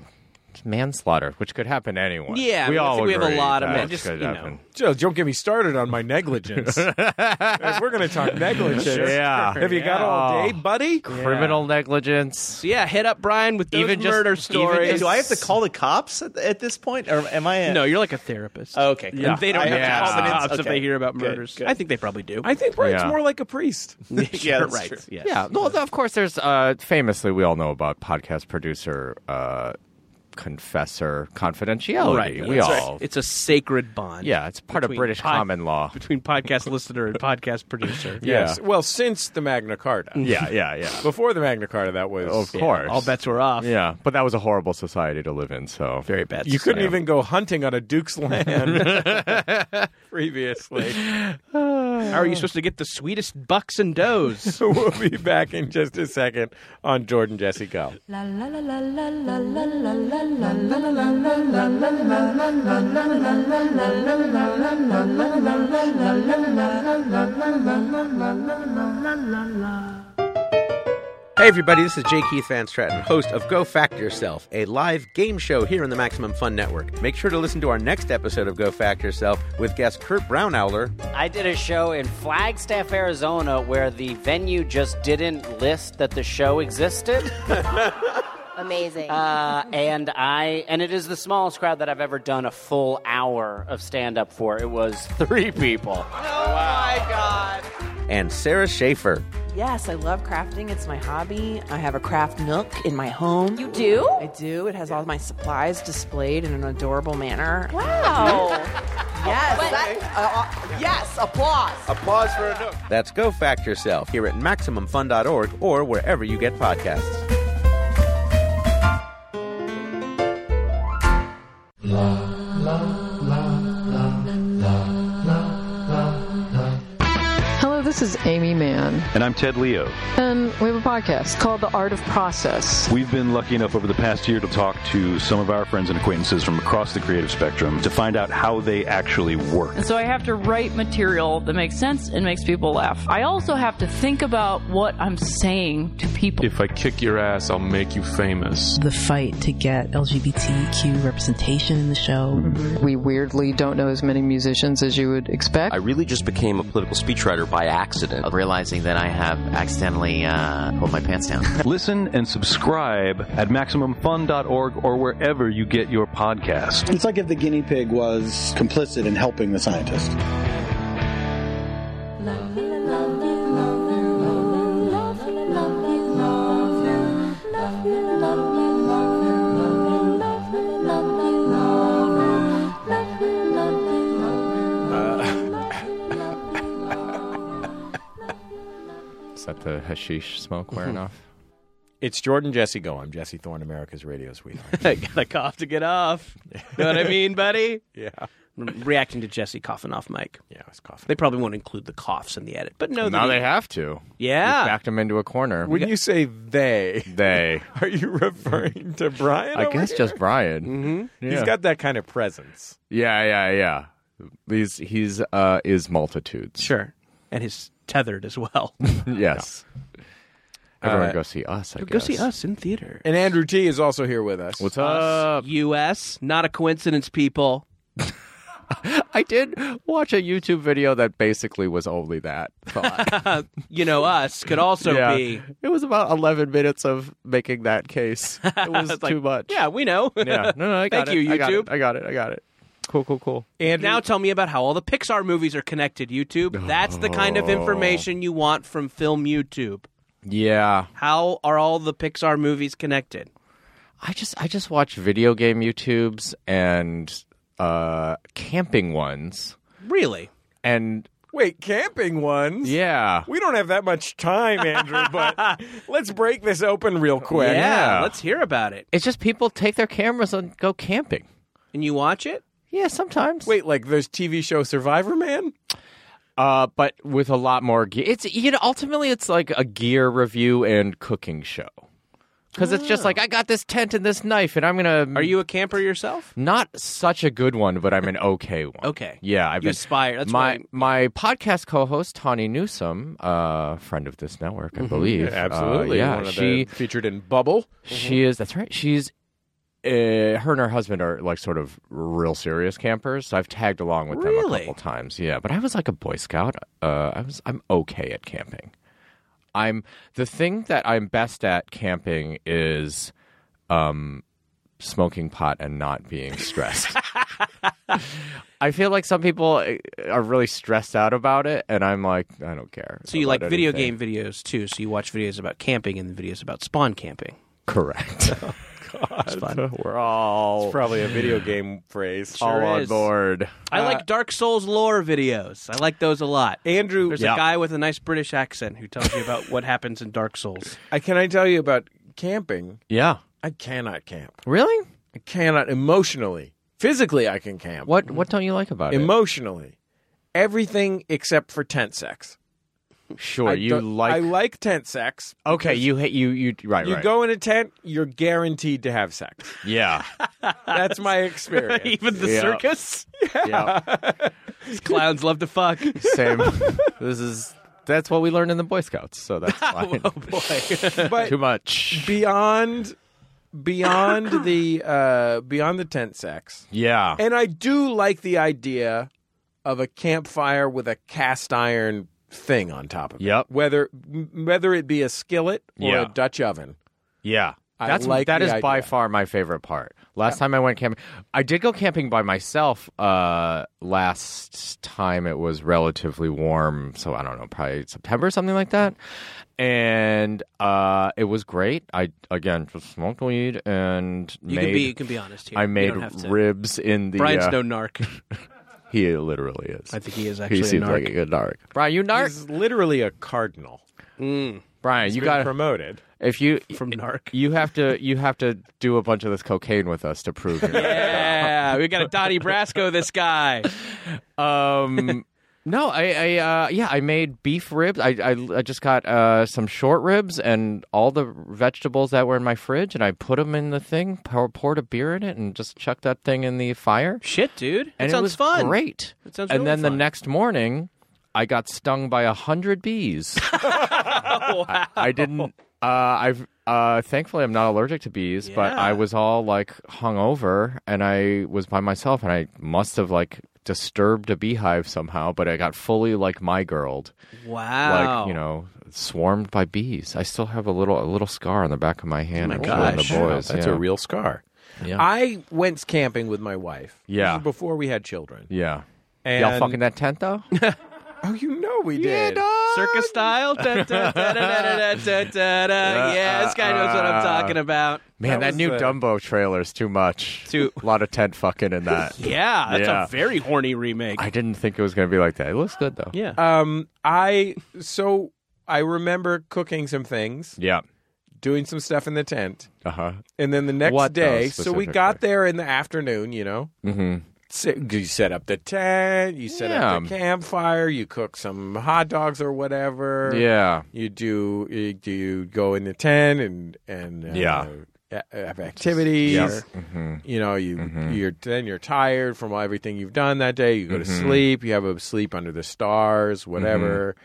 manslaughter, which could happen to anyone.
Yeah, I
we
mean, I
all
think we have a
agree
lot of
that
men- just,
could
you know.
happen.
Joe, don't get me started on my negligence. If we're going to talk negligence.
Yeah.
Have you got all day, buddy?
Criminal negligence.
So yeah, hit up Brian with those
Even just-
murder
even
stories.
just-
Do I have to call the cops at, at this point, or am I?
No, you're like a therapist.
Oh.
Okay. cool.
And they don't
I
have
yeah.
to call the cops if
Okay.
they hear about
Good,
murders.
good.
I think they probably do.
I think Brian's
Yeah.
more like a priest.
yeah, that's
right.
true.
Yes.
Yeah. No, of course, there's uh, famously, we all know about podcast producer, uh, confessor confidentiality.
Right.
we
That's
all.
It's a sacred bond.
Yeah, it's part of
between
British
pod-
common law.
between podcast listener and podcast producer.
Yes. Well, since the Magna Carta.
Yeah, yeah, yeah.
Before the Magna Carta, that was.
Of course.
All bets were off.
Yeah, but that was a horrible society to live in, so.
Very bad.
You couldn't
society.
even go hunting on a duke's land previously.
How are you supposed to get the sweetest bucks and does?
So we'll be back in just a second on Jordan Jesse Go.
La la la la la la la la la la la la la la la la la la la la la
Hey, everybody, this is Jay Keith Van Stratton, host of Go Fact Yourself, a live game show here on the Maximum Fun Network. Make sure to listen to our next episode of Go Fact Yourself with guest Kurt Brownowler.
I did a show in Flagstaff, Arizona, where the venue just didn't list that the show existed,
Amazing.
uh, and I and it is the smallest crowd that I've ever done a full hour of stand up for. It was three people.
and Sarah Schaefer.
Yes, I love crafting. It's my hobby. I have a craft nook in my home.
you do?
I do. It has all my supplies displayed in an adorable manner.
Wow.
Yes. that- uh, uh, yes, applause.
Applause for a nook. That's Go Fact Yourself here at MaximumFun.org or wherever you get podcasts.
Hello, this is Amy Mann,
And I'm Ted Leo.
and we have a podcast called The Art of Process.
We've been lucky enough over the past year to talk to some of our friends and acquaintances from across the creative spectrum to find out how they actually work.
So I have to write material that makes sense and makes people laugh. I also have to think about what I'm saying to people.
If I kick your ass, I'll make you famous.
The fight to get LGBTQ representation in the show.
We weirdly don't know as many musicians as you would expect.
really just became a political speechwriter by accident.
Realizing that I have accidentally uh, pulled my pants down.
Listen and subscribe at MaximumFun.org or wherever you get your podcast.
It's like if the guinea pig was complicit in helping the scientist.
Mm-hmm. Is that the hashish smoke wearing off?
It's Jordan Jesse Go. I'm Jesse Thorne, America's radio sweetheart.
Gotta cough to get off. Know what I mean, buddy?
Yeah.
reacting to Jesse coughing off Mike.
Yeah, I was coughing.
They probably won't include the coughs in the edit, but no,
now
they
they have to.
Yeah.
you backed him into a corner.
When you say they,
they,
are you referring to Brian?
I
over
guess
here?
just Brian. Mm-hmm.
He's got that kind of presence.
Yeah, yeah, yeah. He's he's uh is multitudes.
Sure. And his tethered as well.
yes. Everyone
Uh,
go see us. I
Go see
guess.
us in theater.
And Andrew T is also here with us.
What's
Us, U.S. Not a coincidence, people.
I did watch a YouTube video that basically was only that thought.
you know, us could also
Yeah.
be.
It was about 11 minutes of making that case. It was
It's like,
too much.
Yeah, we know.
Yeah. No, no, I got
Thank
it.
you,
I got
YouTube.
it. I got it. I got it. Cool, cool, cool.
And now tell me about how all the Pixar movies are connected, YouTube. That's the kind
Oh.
of information you want from Film YouTube.
Yeah.
How are all the Pixar movies connected?
I just I just watch video game YouTubes and uh camping ones.
Really?
And
Wait, camping ones?
yeah.
We don't have that much time, Andrew, but let's break this open real quick.
Yeah.
let's hear about it.
It's just people take their cameras and go camping.
And you watch it?
Yeah, sometimes.
Wait, like there's TV show Survivor Man?
Uh, but with a lot more gear. It's you know ultimately it's like a gear review and cooking show because it's just like I got this tent and this knife and I'm gonna.
Are you a camper yourself?
not such a good one, but I'm an okay one.
Okay.
Yeah, I've
You
been,
aspire. That's
my
why-
my podcast co-host Tawny Newsom, uh, friend of this network, I believe. uh,
absolutely.
yeah,
One of
she
the, featured in Bubble.
she is. That's right. She's. Uh, her and her husband are like sort of real serious campers. So I've tagged along with them a
Really?
couple times. Yeah, but I was like a Boy Scout. Uh, I was. I'm okay at camping. I'm the thing that I'm best at camping is um, smoking pot and not being stressed. I feel like some people uh, are really stressed out about it, and I'm like, I don't care.
So you like
about
video
anything.
game videos too. So you watch videos about camping and videos about spawn camping.
Correct.
It's fun.
We're all
It's probably a video game phrase.
all
Sure
on
is.
board.
I like Dark Souls lore videos. I like those a lot.
Andrew,
There's
Yeah.
a guy with a nice British accent who tells you about what happens in Dark Souls.
I, can I tell you about camping?
Yeah.
I cannot camp.
Really?
I cannot emotionally. Physically, I can camp.
What What don't you like about it?
Emotionally, everything except for tent sex.
Sure,
I
you
don't-
like.
I like tent sex.
okay, you hate you you right
You
right.
go in a tent, you're guaranteed to have sex.
yeah
That's my experience.
Even the
Yeah.
circus?
yeah
These clowns love to fuck.
same. this is that's what we learned in the Boy Scouts, so that's fine.
Oh boy.
But
Too much.
beyond beyond the uh beyond the tent sex.
Yeah.
And I do like the idea of a campfire with a cast iron thing on top of it.
Yep.
Whether m- whether it be a skillet or
Yeah.
a Dutch oven.
Yeah.
I
That's
like
that
the
is by
idea.
far my favorite part. Last time I went camping, I did go camping by myself. Uh, last time it was relatively warm, so I don't know, probably September, something like that. And uh, it was great. I again just smoked weed and
You
made
can be you can be honest here.
I
You
made uh,
don't have to.
ribs in the.
Brian's
uh,
no narc.
He literally is.
I think he is
he
actually a
seems
narc.
like a good narc. Brian, you narc.
He's literally a cardinal.
Brian, you
Been
got to
promoted.
if you
from narc.
you have to you have to do a bunch of this cocaine with us to prove you're not.
Yeah, we got a Donnie Brasco this guy.
Um, no, I, I uh, yeah, I made beef ribs. I, I, I just got uh, some short ribs and all the vegetables that were in my fridge, and I put them in the thing, pour, poured a beer in it, and just chucked that thing in the fire.
Shit, dude. That
And
sounds
it was
fun.
great.
That sounds
and
really
then the
fun.
next morning, I got stung by a hundred bees.
Wow.
I didn't. Uh, I've uh, thankfully I'm not allergic to bees, but
Yeah.
I was all like hungover and I was by myself, and I must have like disturbed a beehive somehow. But I got fully like my girled,
Wow.
like you know, swarmed by bees. I still have a little a little scar on the back of my hand.
Oh my
I was one of
gosh.
the boys.
Oh, That's
yeah.
a real scar.
Yeah.
I went camping with my wife. This
Yeah.
was before we had children.
yeah.
And
Y'all fucking that tent though?
Oh, you know we did.
circus style. Da, da, da, da, da, da, da, da,
Uh,
da. Yeah, this guy knows what I'm talking about.
Man, that,
was
new
the-
Dumbo trailer's too much.
Too-
a lot of tent fucking in that.
Yeah, that's
Yeah.
a very horny remake.
I didn't think it was going to be like that. It looks good though.
yeah.
Um, I so I remember cooking some things,
Yeah.
doing some stuff in the tent.
Uh huh.
And then the next
What, though,
day, so we
specifically?
got there in the afternoon, you know.
Mm-hmm.
Set- You set up the tent, you set up the
Yeah.
campfire, you cook some hot dogs or whatever.
Yeah.
You do you, do you go in the tent and and uh,
Yeah.
a- have activities.
Yeah.
or,
Mhm.
You know, you you're then you're tired from everything you've done that day. You go to
Mhm.
sleep, you have a sleep under the stars, whatever.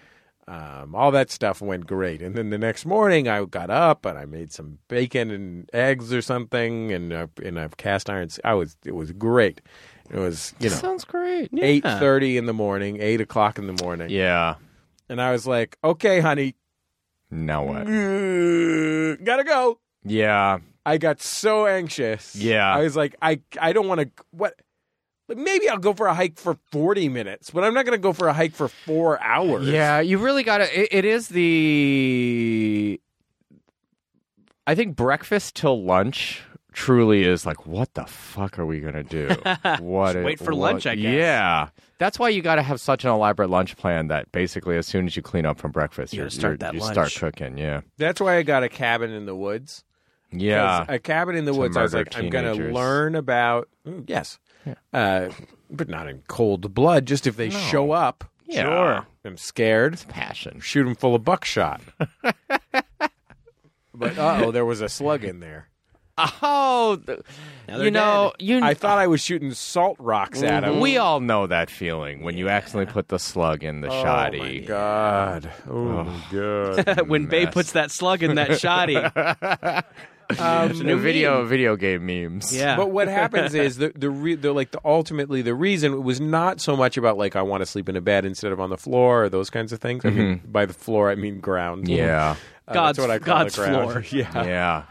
Um, all that stuff went great. And then the next morning, I got up and I made some bacon and eggs or something, and uh, and I've cast iron. I was it was great. It was you know
Sounds great. Yeah.
eight thirty in the morning, eight o'clock in the morning.
Yeah.
and I was like, okay, honey,
Now what?
uh, gotta go.
Yeah.
I got so anxious.
Yeah.
I was like, I I don't want to what. Like maybe I'll go for a hike for forty minutes, but I'm not going to go for a hike for four hours.
Yeah, you really got to. It, it is the. I think breakfast till lunch truly is like, what the fuck are we gonna do? What?
Just
i-
wait for
what-
lunch, I guess.
Yeah, that's why you got to have such an elaborate lunch plan that basically as soon as you clean up from breakfast,
You
you're,
gotta start
you're-
that
you
lunch.
start cooking. Yeah,
That's why I got a cabin in the woods. 'Cause
yeah.
A cabin in the
To
woods. I was
murder
like, I'm going to
teenagers.
learn about Ooh, yes, uh, but not in cold blood. Just if they
No.
show up,
Yeah. Sure.
I'm scared.
passion.
Shoot them full of buckshot. but uh oh, there was a slug in there.
Oh, th- you know, you.
I thought I was shooting salt rocks at him.
Mm-hmm. We all know that feeling when you accidentally put the slug in the
Oh,
shoddy.
my God. Oh, my God.
when Bay
mess.
puts that slug in that shoddy.
There's a
Um,
new video video game memes.
But what happens is the the, re- the like the ultimately the reason was not so much about like I want to sleep in a bed instead of on the floor or those kinds of things. I mean, by the floor I mean ground.
Mm-hmm. Yeah.
Uh,
God's-
that's what I call
God's
the ground.
floor.
Yeah.
yeah.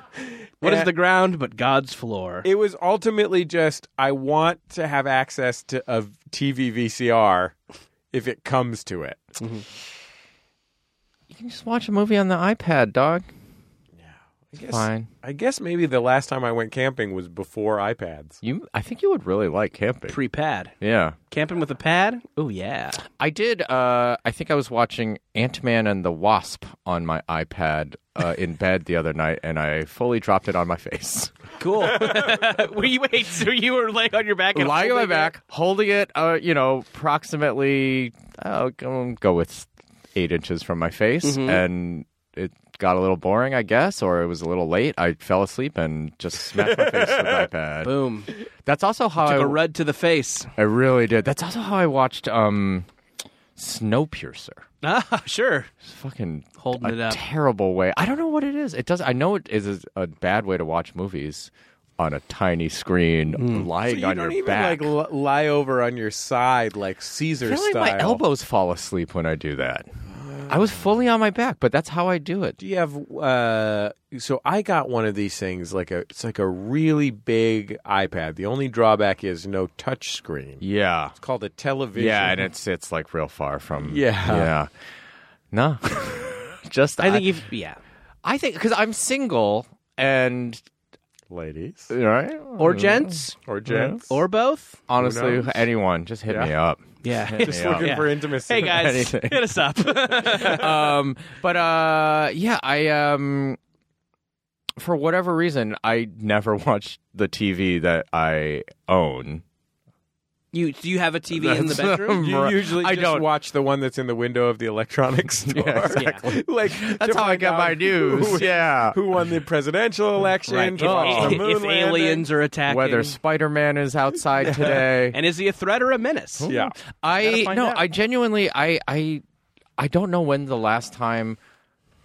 What is
And-
the ground but God's floor?
It was ultimately just I want to have access to a TV VCR if it comes to it.
You can just watch a movie on the iPad, dog.
I guess,
Fine.
I guess maybe the last time I went camping was before iPads.
You, I think you would really like camping.
Pre-pad.
yeah.
Camping with a pad? Oh, yeah.
I did. Uh, I think I was watching Ant Man and the Wasp on my iPad uh, in bed the other night, and I fully dropped it on my face.
Cool. we wait, so you were laying on your back and
Lying on my
holding
back, holding it, uh, you know, approximately, uh, go, go with eight inches from my face.
Mhm.
And it got a little boring, I guess, or it was a little late. I fell asleep and just smacked my face with my iPad.
Boom.
That's also how
Took
I.
a red to the face.
I really did. That's also how I watched um, Snowpiercer.
Ah, sure.
Fucking
Holding
a
it up.
terrible way. I don't know what it is. It does. I know it is a bad way to watch movies on a tiny screen,
Hmm.
So
lying
you
on
don't
your
even like
back.
li- lie over on your side like
I
Caesar
feel like
style.
my elbows fall asleep when I do that. I was fully on my back, but that's how I do it.
Do you have? Uh, so I got one of these things like a it's like a really big iPad. The only drawback is no touch screen.
Yeah,
It's called a television.
yeah, and it sits like real far from.
Yeah.
yeah. No, just
I think you've, yeah.
I think because I'm single and
ladies
right
Or gents.
or gents.
Or both.
Honestly,
knows?
anyone, just hit me up.
Yeah.
Hit
Just
me up.
looking for intimacy.
Hey, guys.
Anything.
Hit us up.
um, but uh, yeah, I um, for whatever reason, I never watched the TV that I own.
you Do you have a TV in the
That's-
bedroom?
You usually
I
just
don't-
watch the one that's in the window of the electronics store.
Yeah, exactly.
like
That's
to
how I
find
got
out
my news.
Who,
yeah.
who won the presidential election?
Right.
to
Oh,
watch
If,
the moon
if
landing.
aliens are attacking.
Whether Spider Man is outside today.
and is he a threat or a menace?
Oh,
Yeah.
I
find
no,
out.
I genuinely I I I don't know when the last time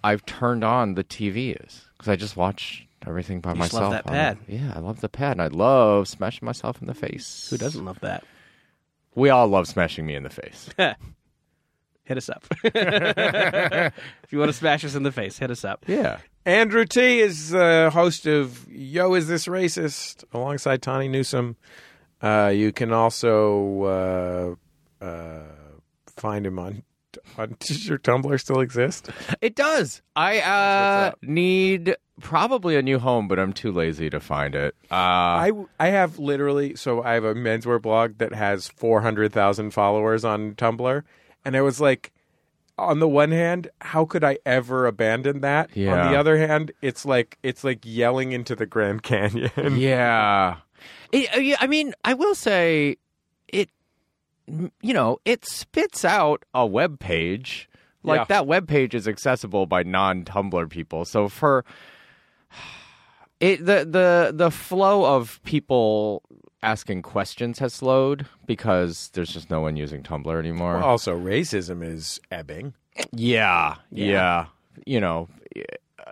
I've turned on the TV is because I just watch everything by
just
myself.
love that
on it.
pad.
Yeah, I love the pad, and I love smashing myself in the face.
Who doesn't love that?
We all love smashing me in the face.
Hit us up. if you want to smash us in the face, hit us up.
Yeah.
Andrew T is the host of Yo, Is This Racist? alongside Tawny Newsom. Uh, you can also uh, uh, find him on. on does your Tumblr still exist?
It does. I uh, need probably a new home, but I'm too lazy to find it. Uh,
I, I have literally so I have a menswear blog that has 400,000 followers on Tumblr and I was like on the one hand, how could I ever abandon that?
Yeah.
On the other hand, it's like it's like yelling into the Grand Canyon.
Yeah. It- uh, yeah, I mean, I will say it. m- You know, it spits out a web page. Like
Yeah.
that web page is accessible by non-Tumblr people. So for it, the the the flow of people asking questions has slowed because there's just no one using Tumblr anymore.
Well, also, racism is ebbing.
Yeah, yeah. You know,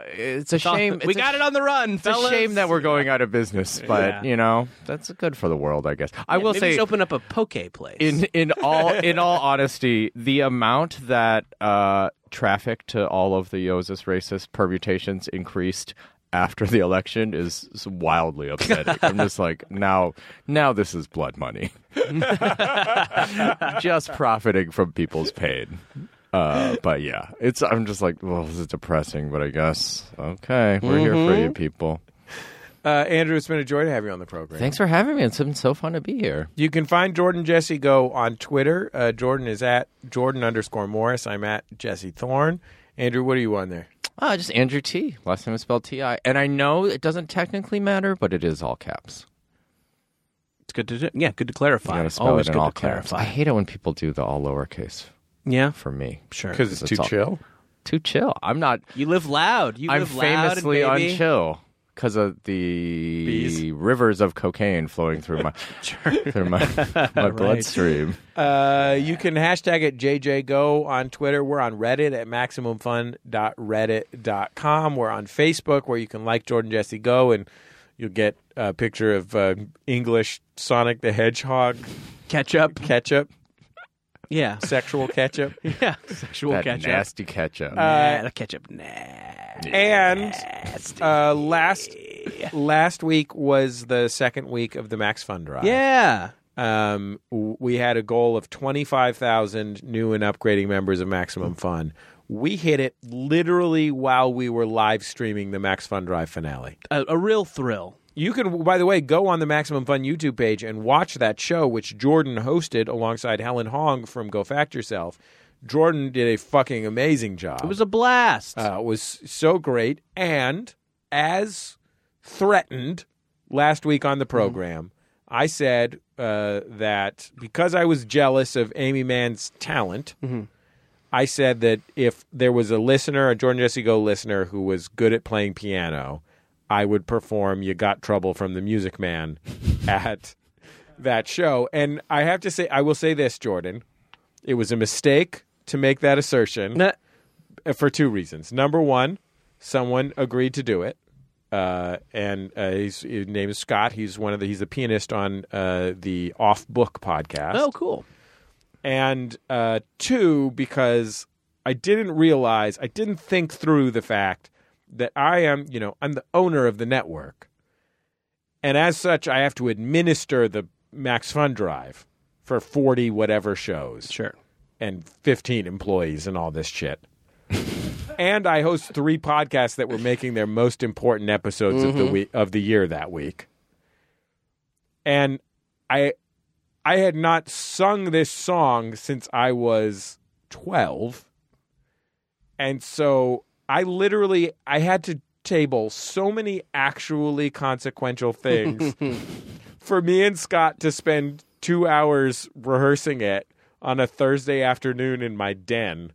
it's a
all-
shame.
we got it on the run,
It's a
fellas.
shame that we're going out of business, but
Yeah.
you know that's good for the world, I guess. I
Yeah,
will
maybe
say,
just open up a poke place.
in in all in all honesty, the amount that uh, traffic to all of the Yosis racist permutations increased after the election is wildly upsetting. I'm just like now Oh, now this is blood money, just profiting from people's pain. Uh, but yeah, it's I'm just like, well, this is depressing, but I guess okay, we're here for
Mhm.
you people.
Uh, Andrew, it's been a joy to have you on the program.
Thanks for having me. It's been so fun to be here.
You can find Jordan Jesse Go on Twitter. Uh, Jordan is at Jordan underscore Morris. I'm at Jesse Thorne. Andrew, what are you on there?
Oh, just Andrew T. Last name is spelled T I. And I know it doesn't technically matter, but it is all caps.
It's good to do. Yeah, good to clarify.
You gotta spell
Always
it in
good
all
to clarify.
caps. I hate it when people do the all lowercase.
Yeah.
For me.
Sure. 'Cause it's too
all-
chill?
Too chill. I'm not.
You live loud. You
I'm
live loud,
famously
baby.
unchill because of the
Bees.
rivers of cocaine flowing through my through my, my
Right.
bloodstream.
Uh, you can hashtag it JJGo on Twitter. We're on Reddit at MaximumFun.reddit.com. We're on Facebook where you can like Jordan Jesse Go and you'll get a picture of uh, English Sonic the Hedgehog
ketchup.
Ketchup.
Yeah.
Sexual ketchup.
yeah. Sexual
that
ketchup.
nasty Uh, ketchup.
Uh,
Nah, the ketchup. Nah.
And uh, last last week was the second week of the Max Fund drive.
Yeah.
Um, w- we had a goal of 25,000 new and upgrading members of Maximum Fun. We hit it literally while we were live streaming the Max Fun Drive finale.
A, a real thrill.
You can, by the way, go on the Maximum Fun YouTube page and watch that show, which Jordan hosted alongside Helen Hong from Go Fact Yourself. Jordan did a fucking amazing job.
It was a blast.
Uh, it was so great. And as threatened last week on the program, I said uh, that because I was jealous of Amy Mann's talent, I said that if there was a listener, a Jordan Jesse Go listener, who was good at playing piano, I would perform You Got Trouble from the Music Man at that show. And I have to say, I will say this, Jordan. It was a mistake to make that assertion uh, for two reasons. Number one, someone agreed to do it. Uh, and uh, he's, his name is Scott. He's one of the he's the pianist on uh, the Off Book podcast
Oh, cool.
and uh, two because I didn't realize I didn't think through the fact that I am you know I'm the owner of the network, and as such I have to administer the Max Fund Drive for forty whatever shows,
sure,
and fifteen employees and all this shit. and I host three podcasts that were making their most important episodes of the
Mhm.
week of the year that week. And I I had not sung this song since I was 12. And so I literally I had to table so many actually consequential things for me and Scott to spend 2 hours rehearsing it on a Thursday afternoon in my den.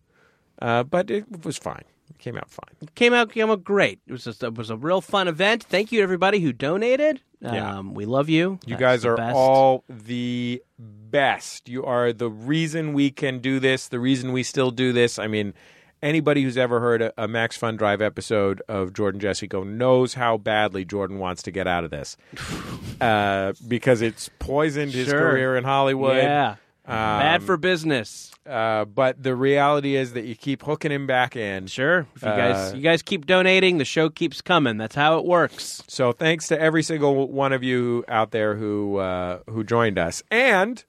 Uh, but it was fine. It came out fine.
Came out came out great. It was just it was a real fun event. Thank you to everybody who donated.
Yeah.
Um, we love you.
You
That's
guys
the
are
best.
all the best. You are the reason we can do this, the reason we still do this. I mean, anybody who's ever heard a, a Max Fun Drive episode of Jordan Jesse Go knows how badly Jordan wants to get out of this uh, because it's poisoned his
Sure.
career in Hollywood.
Yeah. Bad
Um,
for business.
Uh, but the reality is that you keep hooking him back in.
Sure. If you
Uh,
guys you guys keep donating, the show keeps coming. That's how it works.
So thanks to every single one of you out there who uh, who joined us, and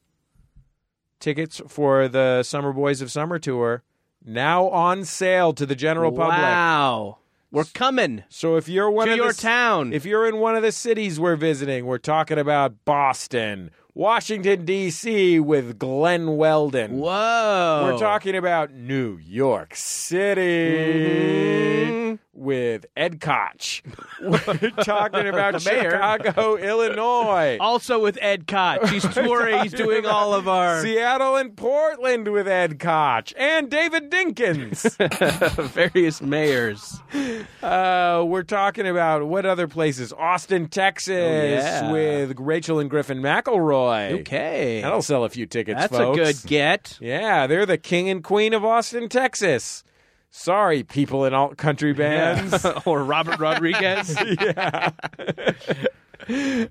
tickets for the Summer Boys of Summer tour now on sale to the general public.
Wow. We're coming.
So if you're one
To
of
your
the,
town.
if you're in one of the cities we're visiting, we're talking about Boston, Washington, D.C., with Glenn Weldon.
Whoa.
We're talking about New York City
Mm-hmm.
with Ed Koch. We're talking about
The mayor.
Chicago, Illinois.
Also with Ed Koch. He's touring. He's doing all of our.
Seattle and Portland with Ed Koch and David
Oh,
Dinkins.
Various mayors.
Uh, we're talking about what other places? Austin, Texas,
yeah.
with Rachel and Griffin McElroy.
Okay.
that'll sell a few tickets.
That's
folks.
a good get.
Yeah, they're the king and queen of Austin, Texas. Sorry, people in alt country bands.
or Robert Rodriguez.
yeah.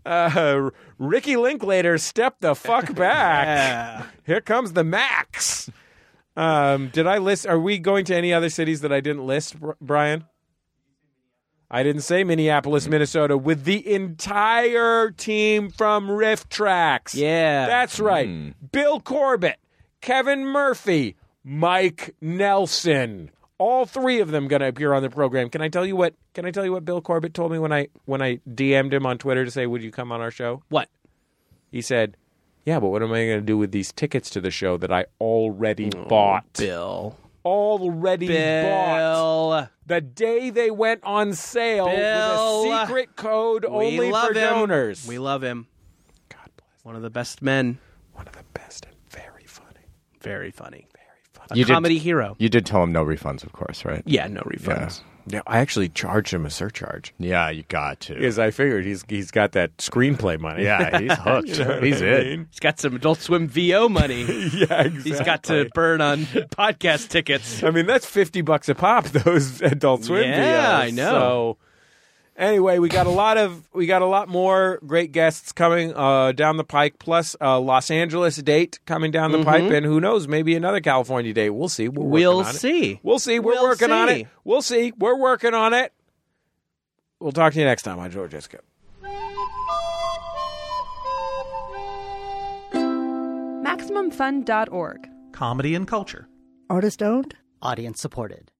Uh, Ricky Linklater, step the fuck back. Here comes the Max. Um, did I list? Are we going to any other cities that I didn't list, Br- Brian? I didn't say Minneapolis, Minnesota, with the entire team from Riff Tracks.
Yeah.
That's right. Bill Corbett, Kevin Murphy, Mike Nelson. All three of them going to appear on the program. Can I tell you what? Can I tell you what Bill Corbett told me when I when I DM'd him on Twitter to say, "Would you come on our show?"
What?
He said, "Yeah, but what am I going to do with these tickets to the show that I already bought?"
Oh, Bill.
Already bought. The day they went on sale with
Bill.
a secret code
We
only
love
for
him.
donors.
We love him. God bless. One of the best men. One of the best and very funny. Very funny. Very funny. A comedy hero.
You did tell him no refunds, of course, right?
Yeah, no refunds.
Yeah, I actually charged him a surcharge.
Yeah, you got to.
Because I figured he's he's got that screenplay money.
Yeah, he's hooked.
You know what
He's
I
in.
mean?
He's got some Adult Swim VO money.
yeah, exactly.
He's got to burn on podcast tickets.
I mean, that's fifty bucks a pop. Those Adult Swim
Yeah,
videos.
I
So
know.
anyway, we got a lot of we got a lot more great guests coming uh, down the pike. Plus, a Los Angeles date coming down the pipe,
Mhm.
and who knows, maybe another California date. We'll see. We're working
We'll
on it.
see.
We'll see. We're
We'll
working on
see.
it. We'll see. We're working on it. We'll talk to you next time on George Jessica.
MaximumFun.org.
Comedy and culture.
Artist owned.
Audience supported.